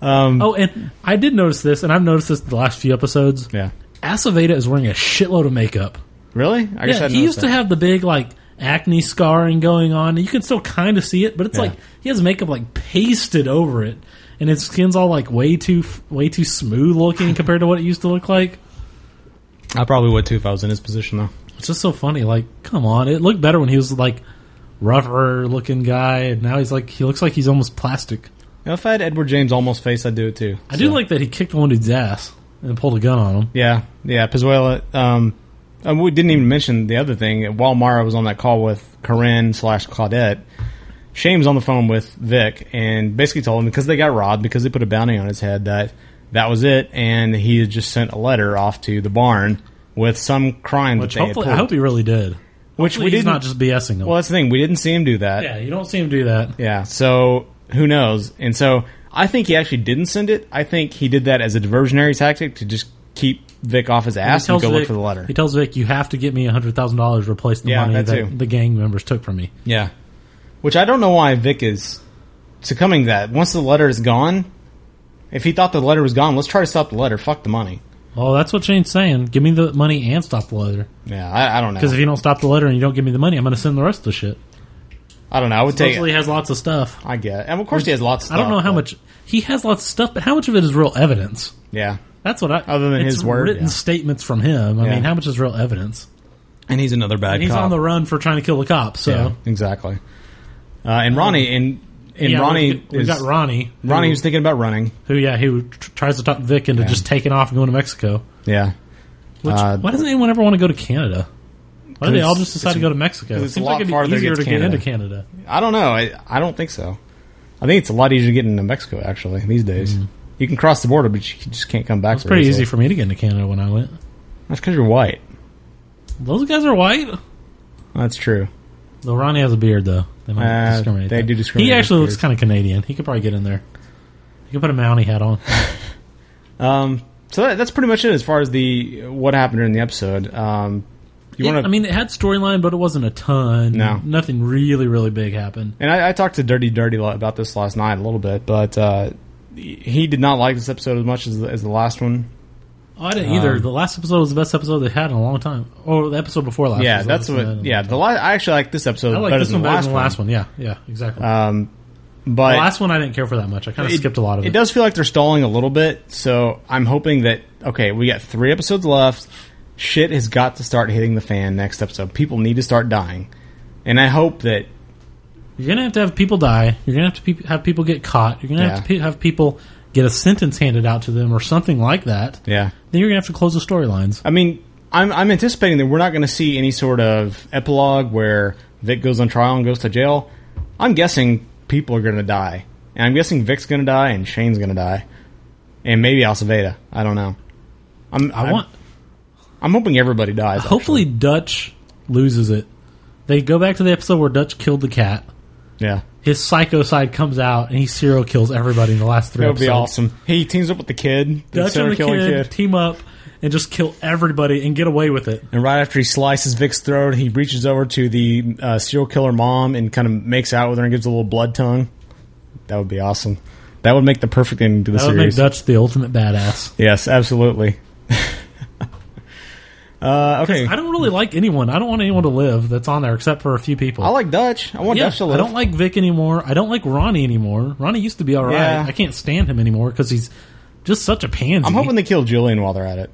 Speaker 5: Um,
Speaker 4: oh, and I did notice this, and I've noticed this the last few episodes.
Speaker 5: Yeah,
Speaker 4: Aceveda is wearing a shitload of makeup.
Speaker 5: Really? I guess I
Speaker 4: yeah,
Speaker 5: hadn't
Speaker 4: he
Speaker 5: noticed
Speaker 4: used to
Speaker 5: that.
Speaker 4: have the big like acne scarring going on. You can still kind of see it, but it's
Speaker 5: Yeah.
Speaker 4: like he has makeup like pasted over it, and his skin's all like way too way too smooth
Speaker 5: (laughs)
Speaker 4: looking compared to what it used to look like.
Speaker 5: I probably would too if I was in his position, though.
Speaker 4: It's just so funny. Like, come on, it looked better when he was like rougher looking guy, and now he's like he looks like he's almost plastic.
Speaker 5: You know, if I had Edward James almost face, I'd do it too.
Speaker 4: I do like that he kicked one dude's ass and pulled a gun on him.
Speaker 5: Yeah, yeah. Pizuela. Um, and we didn't even mention the other thing. While Mara was on that call with Corinne slash Claudette, Shane was on the phone with Vic and basically told him because they got robbed because they put a bounty on his head that that was it, and he had just sent a letter off to the barn with some crime
Speaker 4: Which
Speaker 5: that they had
Speaker 4: hopefully, I
Speaker 5: pulled.
Speaker 4: hope he really did.
Speaker 5: Which
Speaker 4: Hopefully
Speaker 5: we
Speaker 4: he's
Speaker 5: didn't-
Speaker 4: not just BSing him.
Speaker 5: Well, that's the thing. We didn't see him do that.
Speaker 4: yeah, you don't see him do that.
Speaker 5: Yeah. So who knows? And so I think he actually didn't send it. I think he did that as a diversionary tactic to just keep Vic off his
Speaker 4: And he
Speaker 5: ass and
Speaker 4: tells
Speaker 5: go
Speaker 4: Vic-
Speaker 5: look for the letter.
Speaker 4: He tells Vic, "You have to get me hundred thousand dollars, replace the
Speaker 5: Yeah,
Speaker 4: money
Speaker 5: that
Speaker 4: that
Speaker 5: too.
Speaker 4: the gang members took from me."
Speaker 5: Yeah. Which I don't know why Vic is succumbing to that. Once the letter is gone, if he thought the letter was gone, let's try to stop the letter. Fuck the money.
Speaker 4: Well, that's what Shane's saying. Give me the money and stop the letter.
Speaker 5: Yeah, I, I don't know.
Speaker 4: Because if you don't stop the letter and you don't give me the money, I'm going to send the rest of the shit.
Speaker 5: I don't know. I would take
Speaker 4: Supposedly he has lots of stuff.
Speaker 5: I get. And of course he has lots of
Speaker 4: I don't
Speaker 5: stuff,
Speaker 4: know how
Speaker 5: but-
Speaker 4: much he has lots of stuff, but how much of it is real evidence?
Speaker 5: Yeah.
Speaker 4: That's what I. Other
Speaker 5: than his word,
Speaker 4: written
Speaker 5: yeah.
Speaker 4: statements from him. I
Speaker 5: Yeah.
Speaker 4: mean, how much is real evidence?
Speaker 5: And he's another bad
Speaker 4: And he's
Speaker 5: cop.
Speaker 4: on the run for trying to kill the cops. So
Speaker 5: Yeah, exactly. Uh, and Ronnie and and
Speaker 4: Yeah,
Speaker 5: Ronnie
Speaker 4: we've got- we've
Speaker 5: is-
Speaker 4: got Ronnie, who-
Speaker 5: Ronnie was thinking about running.
Speaker 4: who? Yeah, who tr- tries to talk Vic into
Speaker 5: Yeah.
Speaker 4: just taking off and going to Mexico?
Speaker 5: Yeah.
Speaker 4: Which,
Speaker 5: Uh,
Speaker 4: why doesn't anyone ever want to go to Canada? Why do they all just decide to go to Mexico?
Speaker 5: Because
Speaker 4: It
Speaker 5: it's
Speaker 4: seems
Speaker 5: a lot
Speaker 4: like it'd
Speaker 5: farther
Speaker 4: be easier
Speaker 5: to
Speaker 4: to
Speaker 5: get,
Speaker 4: get into Canada.
Speaker 5: I don't know. I, I don't think so. I think it's a lot easier to get into Mexico actually these days. You can cross the border, but you just can't come back.
Speaker 4: Mm-hmm. It's pretty easy for me to get into Canada when I went.
Speaker 5: That's because you're white.
Speaker 4: Those guys are white.
Speaker 5: That's true.
Speaker 4: Though Ronnie has a beard, though they might
Speaker 5: Uh,
Speaker 4: discriminate.
Speaker 5: they
Speaker 4: there.
Speaker 5: do discriminate
Speaker 4: He actually
Speaker 5: with
Speaker 4: looks kind of Canadian. He could probably get in there. You could put a Mountie hat on.
Speaker 5: Um, so that, that's pretty much it as far as the what happened during the episode. Um, you
Speaker 4: It-
Speaker 5: want
Speaker 4: I mean, it had storyline, but it wasn't a ton.
Speaker 5: No.
Speaker 4: nothing really, really big happened.
Speaker 5: And I, I talked to Dirty Dirty lo- about this last night a little bit, but uh, he did not like this episode as much as the, as the last one.
Speaker 4: Oh, I didn't either.
Speaker 5: Um,
Speaker 4: the last episode was the best episode they had in a long time. Or the episode before last.
Speaker 5: yeah,
Speaker 4: was the
Speaker 5: that's
Speaker 4: best they had
Speaker 5: what.
Speaker 4: in-
Speaker 5: Yeah, the la- I actually like this episode
Speaker 4: I like
Speaker 5: better
Speaker 4: this
Speaker 5: than
Speaker 4: one
Speaker 5: the
Speaker 4: better
Speaker 5: last
Speaker 4: than the
Speaker 5: one.
Speaker 4: last one. Yeah, yeah, exactly.
Speaker 5: Um, but
Speaker 4: the last one I didn't care for that much. I kind of skipped a lot of it.
Speaker 5: It does feel like they're stalling a little bit, so I'm hoping that okay, we got three episodes left. Shit has got to start hitting the fan next episode. People need to start dying, and I hope that
Speaker 4: You're gonna have to have people die. You're gonna have to peop have people get caught. You're gonna have to pe- have people get a sentence handed out to them or something like that.
Speaker 5: yeah.
Speaker 4: Then you're gonna have to close the storylines.
Speaker 5: I mean, I'm I'm anticipating that we're not going to see any sort of epilogue where Vic goes on trial and goes to jail. I'm guessing people are going to die, and I'm guessing Vic's going to die and Shane's going to die, and maybe Alceveda. I don't know. I'm, I
Speaker 4: want-
Speaker 5: I'm hoping everybody dies.
Speaker 4: Hopefully, Dutch loses it. They go back to the episode where Dutch killed the cat.
Speaker 5: Yeah.
Speaker 4: His psycho side comes out and he serial kills everybody in the last three
Speaker 5: That would
Speaker 4: episodes.
Speaker 5: be awesome. He teams up with the kid, the
Speaker 4: Dutch
Speaker 5: serial
Speaker 4: and the
Speaker 5: killer
Speaker 4: kid,
Speaker 5: kid.
Speaker 4: team up and just kill everybody and get away with it.
Speaker 5: And right after he slices Vic's throat, he reaches over to the uh, serial killer mom and kind of makes out with her and gives a little blood tongue. That would be awesome. That would make the perfect ending to the
Speaker 4: That would make
Speaker 5: series.
Speaker 4: Dutch the ultimate badass. (laughs)
Speaker 5: yes, absolutely. (laughs) uh, okay.
Speaker 4: I don't really like anyone. I don't want anyone to live that's on there except for a few people. I
Speaker 5: like Dutch. I want Dutch to live.
Speaker 4: I don't like Vic anymore. I don't like Ronnie anymore. Ronnie used to be all right.
Speaker 5: Yeah.
Speaker 4: I can't stand him anymore because he's just such a pansy.
Speaker 5: I'm hoping they kill Julian while they're at it.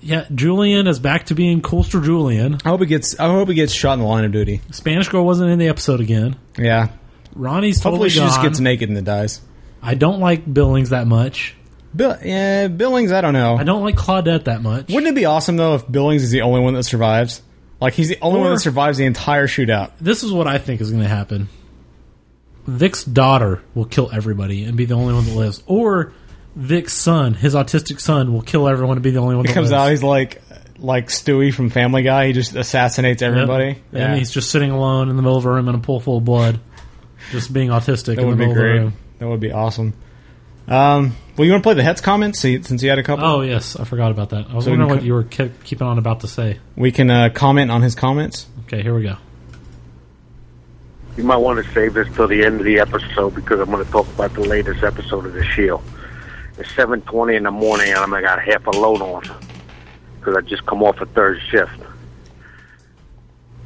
Speaker 4: yeah, Julian is back to being Coolster Julian.
Speaker 5: I hope he gets. I hope he gets shot in the line of duty.
Speaker 4: Spanish girl wasn't in the episode again.
Speaker 5: Yeah.
Speaker 4: Ronnie's totally
Speaker 5: Hopefully she just
Speaker 4: gone.
Speaker 5: gets naked and then dies.
Speaker 4: I don't like Billings that much.
Speaker 5: Bill, yeah, Billings. I don't know.
Speaker 4: I don't like Claudette that much.
Speaker 5: Wouldn't it be awesome though if Billings is the only one that survives? Like he's the only one
Speaker 4: Or-
Speaker 5: that survives the entire shootout.
Speaker 4: This is what I think is going to happen. Vic's daughter will kill everybody and be the only one that lives, or Vic's son, his autistic son, will kill everyone and be the only one
Speaker 5: He
Speaker 4: that
Speaker 5: comes
Speaker 4: lives.
Speaker 5: out, he's like, like Stewie from Family Guy. He just assassinates everybody.
Speaker 4: Yep. And he's just sitting alone in the middle of a room in a pool full of blood, just being autistic
Speaker 5: that
Speaker 4: in the
Speaker 5: would be
Speaker 4: middle of the
Speaker 5: great.
Speaker 4: room.
Speaker 5: That would be awesome. Um, well, you want to play the Hets comments see, since you had a couple.
Speaker 4: Oh yes, I forgot about that. I was
Speaker 5: So we can
Speaker 4: wondering what
Speaker 5: co-
Speaker 4: you were kept keeping on about to say.
Speaker 5: We can uh, comment on his comments.
Speaker 4: Okay, here we go.
Speaker 7: You might want to save this till the end of the episode because I'm going to talk about the latest episode of The Shield. It's 7:20 in the morning, and I got half a load on because I just come off a third shift.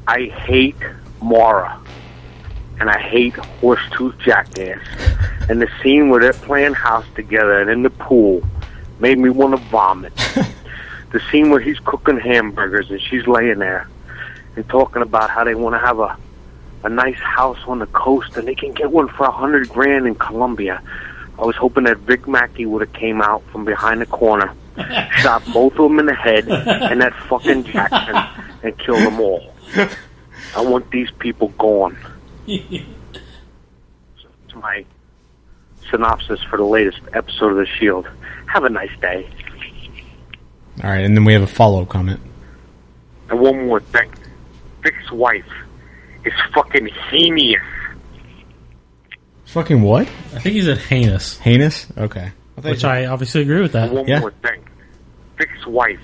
Speaker 7: I hate Mara, and I hate Horse Tooth Jackass. And the scene where they're playing house together and in the pool made me want to vomit. the scene where he's cooking hamburgers and she's laying there and talking about how they want to have a a nice house on the coast and they can get one for a hundred grand in Colombia. I was hoping that Vic Mackey would have came out from behind the corner, shot both of them in the head, and that fucking Jackson, and killed them all. I want these people gone. To my synopsis for the latest episode of The Shield. Have a nice day.
Speaker 5: All right, and then we have a follow comment.
Speaker 7: And one more thing. Vic's wife is fucking heinous.
Speaker 5: Fucking what?
Speaker 4: I think he's at heinous.
Speaker 5: Heinous. Okay.
Speaker 4: Which I obviously agree with that.
Speaker 7: One more thing. Vic's wife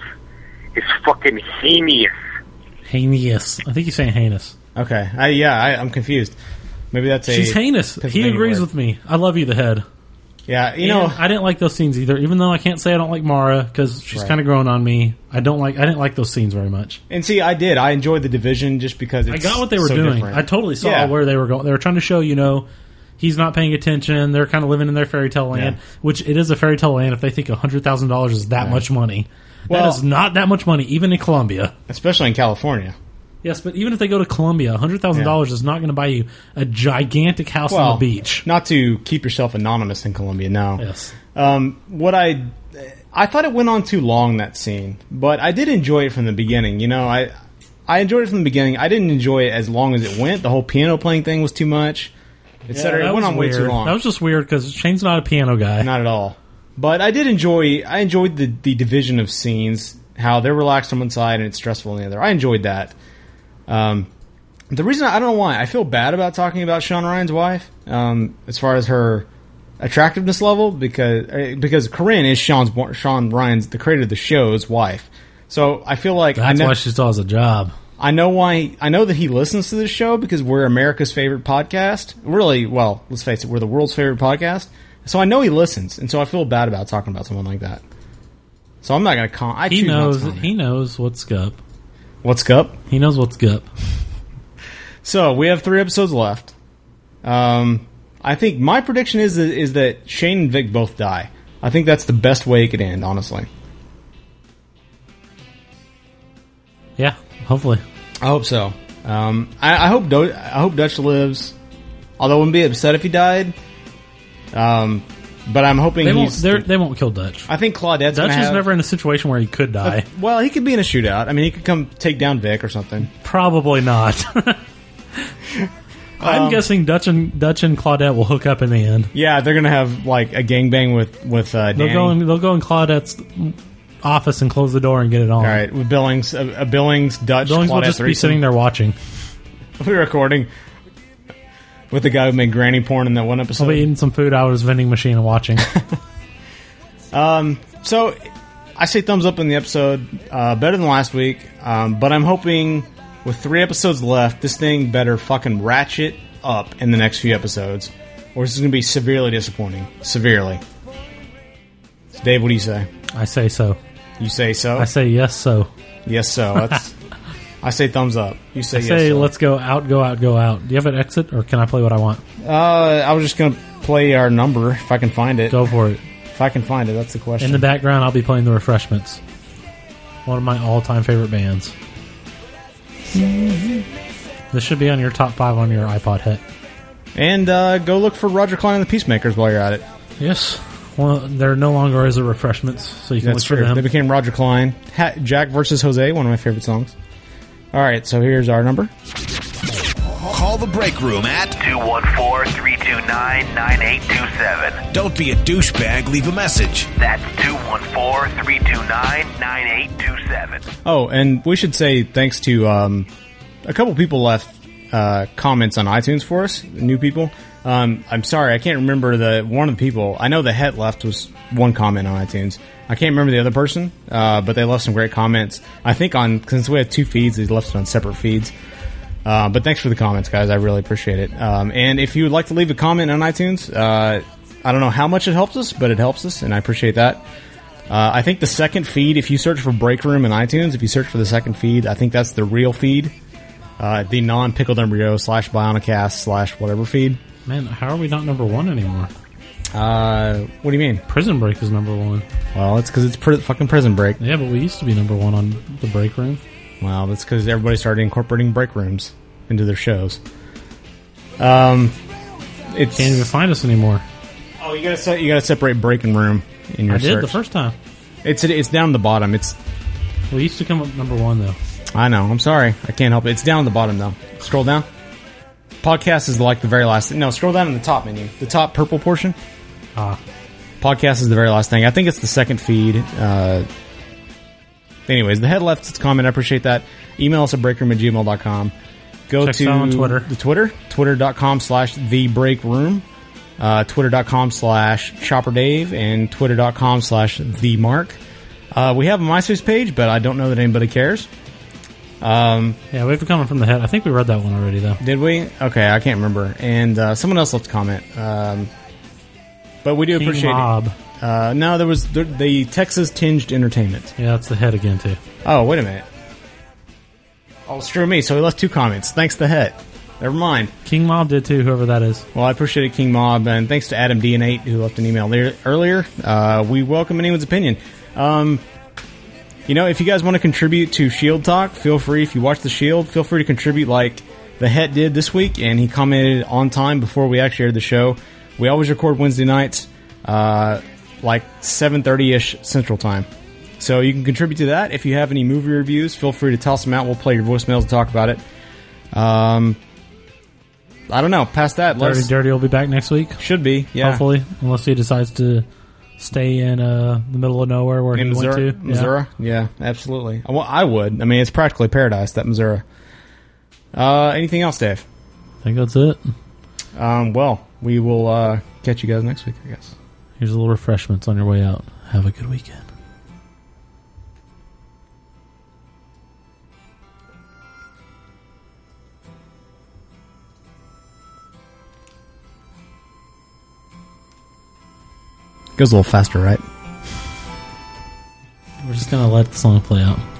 Speaker 7: is fucking heinous.
Speaker 4: Heinous. I think he's saying heinous.
Speaker 5: Okay. I yeah. I, I'm confused. Maybe that's a.
Speaker 4: She's heinous. He
Speaker 5: Pennsylvania
Speaker 4: agrees
Speaker 5: word.
Speaker 4: with me. I love you, the head.
Speaker 5: Yeah, you
Speaker 4: And
Speaker 5: know-
Speaker 4: I didn't like those scenes either. Even though I can't say I don't like Mara because she's
Speaker 5: Right.
Speaker 4: kind of growing on me. I don't like. I didn't like those scenes very much.
Speaker 5: And see, I did. I enjoyed the division just because it's
Speaker 4: I got what they were
Speaker 5: so
Speaker 4: doing.
Speaker 5: different.
Speaker 4: I totally saw
Speaker 5: Yeah.
Speaker 4: where they were going. They were trying to show, you know, he's not paying attention. They're kind of living in their fairy tale land, which it is a fairy tale land if they think hundred thousand dollars is that much money.
Speaker 5: Well-
Speaker 4: that is not that much money, even in Colombia.
Speaker 5: especially in California.
Speaker 4: Yes, but even if they go to Colombia, hundred thousand dollars is not going to buy you a gigantic house
Speaker 5: well,
Speaker 4: on the beach.
Speaker 5: Not to keep yourself anonymous in Colombia. No.
Speaker 4: Yes.
Speaker 5: Um, what I I thought it went on too long that scene, but I did enjoy it from the beginning. You know, I I enjoyed it from the beginning. I didn't enjoy it as long as it went. The whole piano playing thing was too much, etc.
Speaker 4: that
Speaker 5: it went
Speaker 4: was
Speaker 5: on way too
Speaker 4: weird.
Speaker 5: long.
Speaker 4: That was just weird because Shane's not a piano guy.
Speaker 5: Not at all. But I did enjoy. I enjoyed the the division of scenes. How they're relaxed on one side and it's stressful on the other. I enjoyed that. Um, the reason I don't know why I feel bad about talking about Sean Ryan's wife, um, as far as her attractiveness level, because uh, because Corinne is Sean's wa- Sean Ryan's the creator of the show's wife. So I feel like I
Speaker 4: That's
Speaker 5: know,
Speaker 4: why she still has a job.
Speaker 5: I know why. I know that he listens to this show because we're America's favorite podcast. Really, well, let's face it, we're the world's favorite podcast. So I know he listens, and so I feel bad about talking about someone like that. So I'm not going to con. I
Speaker 4: He
Speaker 5: choose not to
Speaker 4: knows.
Speaker 5: comment.
Speaker 4: He knows what's up.
Speaker 5: What's up?
Speaker 4: He knows what's up.
Speaker 5: So we have three episodes left. Um, I think my prediction is that, is that Shane and Vic both die. I think that's the best way it could end, honestly.
Speaker 4: Yeah, hopefully.
Speaker 5: I hope so. Um, I, I hope Do- I hope Dutch lives. Although I wouldn't be upset if he died. Um, but I'm hoping
Speaker 4: They won't.
Speaker 5: he's.
Speaker 4: they're- They won't kill Dutch.
Speaker 5: I think Claudette's
Speaker 4: Dutch
Speaker 5: gonna
Speaker 4: is
Speaker 5: have-
Speaker 4: never in a situation where he could die.
Speaker 5: Well, he could be in a shootout. I mean, he could come take down Vic or something.
Speaker 4: Probably not. (laughs) I'm
Speaker 5: Um,
Speaker 4: guessing Dutch and Dutch and Claudette will hook up in the end.
Speaker 5: Yeah, they're gonna have like a gangbang with with uh,
Speaker 4: They'll
Speaker 5: Danny.
Speaker 4: go in. They'll go in Claudette's office and close the door and get it on.
Speaker 5: All right, with Billings, a, a Billings Dutch.
Speaker 4: Billings will
Speaker 5: Claudette
Speaker 4: just be
Speaker 5: threesome.
Speaker 4: sitting there watching.
Speaker 5: (laughs) We're recording with the guy who made granny porn in that one
Speaker 4: I'll be
Speaker 5: episode.
Speaker 4: eating some food out of his vending machine and watching.
Speaker 5: Um, so I say thumbs up in the episode, uh, better than last week. Um, but I'm hoping with three episodes left, this thing better fucking ratchet up in the next few episodes, or this is going to be severely disappointing. Severely. So Dave, what do you say?
Speaker 4: I say so.
Speaker 5: You say so.
Speaker 4: I say yes. So
Speaker 5: yes, so.
Speaker 4: (laughs)
Speaker 5: That's, I say thumbs up. You say
Speaker 4: I
Speaker 5: yes.
Speaker 4: say
Speaker 5: so.
Speaker 4: let's go out, go out, go out. Do you have an exit, or can I play what I want?
Speaker 5: Uh, I was just gonna play our number if I can find it. Go
Speaker 4: for it.
Speaker 5: If I can find it, that's the question.
Speaker 4: In the background, I'll be playing the Refreshments, one of my all-time favorite bands. This should be on your top five on your iPod hit.
Speaker 5: and uh, go look for Roger Klein and the Peacemakers while you're at it.
Speaker 4: Yes. Well, there no longer is a Refreshments, so you can
Speaker 5: That's
Speaker 4: look
Speaker 5: true.
Speaker 4: for
Speaker 5: They
Speaker 4: them.
Speaker 5: became Roger Klein. Ha- Jack versus Jose, one of my favorite songs. All right, so here's our number.
Speaker 14: Call the break room at
Speaker 17: 214 329 9827.
Speaker 14: Don't Be a Douchebag, Leave a Message.
Speaker 17: That's 214 329 9827.
Speaker 5: Oh, and we should say thanks to um, a couple people left uh, comments on iTunes for us, new people. Um, I'm sorry, I can't remember the one of the people. I know the het left was one comment on iTunes. I can't remember the other person, uh, but they left some great comments. I think on since we had two feeds, they left it on separate feeds. Uh, but thanks for the comments, guys. I really appreciate it. Um, and if you would like to leave a comment on iTunes, uh, I don't know how much it helps us, but it helps us, and I appreciate that. Uh, I think the second feed, if you search for Break Room in iTunes, if you search for the second feed, I think that's the real feed, uh, the non Pickled Embryo slash Bionicast slash whatever feed.
Speaker 4: Man, how are we not number one anymore?
Speaker 5: Uh, what do you mean?
Speaker 4: Prison Break is number one.
Speaker 5: Well, it's because it's pr- fucking Prison Break.
Speaker 4: Yeah, but we used to be number one on the break room.
Speaker 5: Well, that's because everybody started incorporating break rooms into their shows. Um, it
Speaker 4: Can't even find us anymore.
Speaker 5: Oh, you gotta se- you gotta separate break and room in your
Speaker 4: I did
Speaker 5: search.
Speaker 4: the first time.
Speaker 5: It's it's down the bottom. It's
Speaker 4: We used to come up number one though.
Speaker 5: I know. I'm sorry. I can't help it. It's down at the bottom though. Scroll down. Podcast is like the very last. No, scroll down in the top menu, the top purple portion.
Speaker 4: Ah,
Speaker 5: podcast is the very last thing. I think it's the second feed. Uh, anyways, the head left its comment. I appreciate that. Email us at breakroom at gmail.com. Go
Speaker 4: Check us
Speaker 5: to
Speaker 4: out on Twitter.
Speaker 5: The Twitter, twitter.com slash the break room, uh, twitter.com slash chopper dave, and twitter.com slash the mark. Uh, we have a MySpace page, but I don't know that anybody cares. Um,
Speaker 4: yeah, we have a comment from the head. I think we read that one already though.
Speaker 5: Did we? Okay, I can't remember. And uh, someone else left a comment. Um, but we do
Speaker 4: King
Speaker 5: appreciate
Speaker 4: Mob.
Speaker 5: it. Uh, no, there was the, the Texas Tinged Entertainment.
Speaker 4: Yeah, that's the head again too.
Speaker 5: Oh, wait a minute. Oh, screw me. So he left two comments. Thanks to Het. Never mind.
Speaker 4: King Mob did too. Whoever that is.
Speaker 5: Well, I appreciate it, King Mob, and thanks to Adam D and Eight who left an email there earlier. Uh, we welcome anyone's opinion. Um, you know, if you guys want to contribute to Shield Talk, feel free. If you watch the Shield, feel free to contribute like the Het did this week, and he commented on time before we actually aired the show. We always record Wednesday nights, uh, like seven thirty ish Central Time. So you can contribute to that. If you have any movie reviews, feel free to toss them out. We'll play your voicemails and talk about it. Um, I don't know. Past that, let
Speaker 4: Dirty
Speaker 5: us-
Speaker 4: Dirty will be back next week.
Speaker 5: should be, yeah.
Speaker 4: Hopefully, unless he decides to stay in uh, the middle of nowhere where
Speaker 5: In
Speaker 4: he
Speaker 5: Missouri,
Speaker 4: went to. Yeah.
Speaker 5: Missouri, yeah, absolutely. I- Well, I would. I mean, it's practically paradise that Missouri. Uh, anything else, Dave?
Speaker 4: I think that's it.
Speaker 5: Um, well, we will uh, catch you guys next week, I guess.
Speaker 4: Here's a little refreshments on your way out. Have a good weekend.
Speaker 5: Goes a little faster, right?
Speaker 4: We're just gonna let the song play out.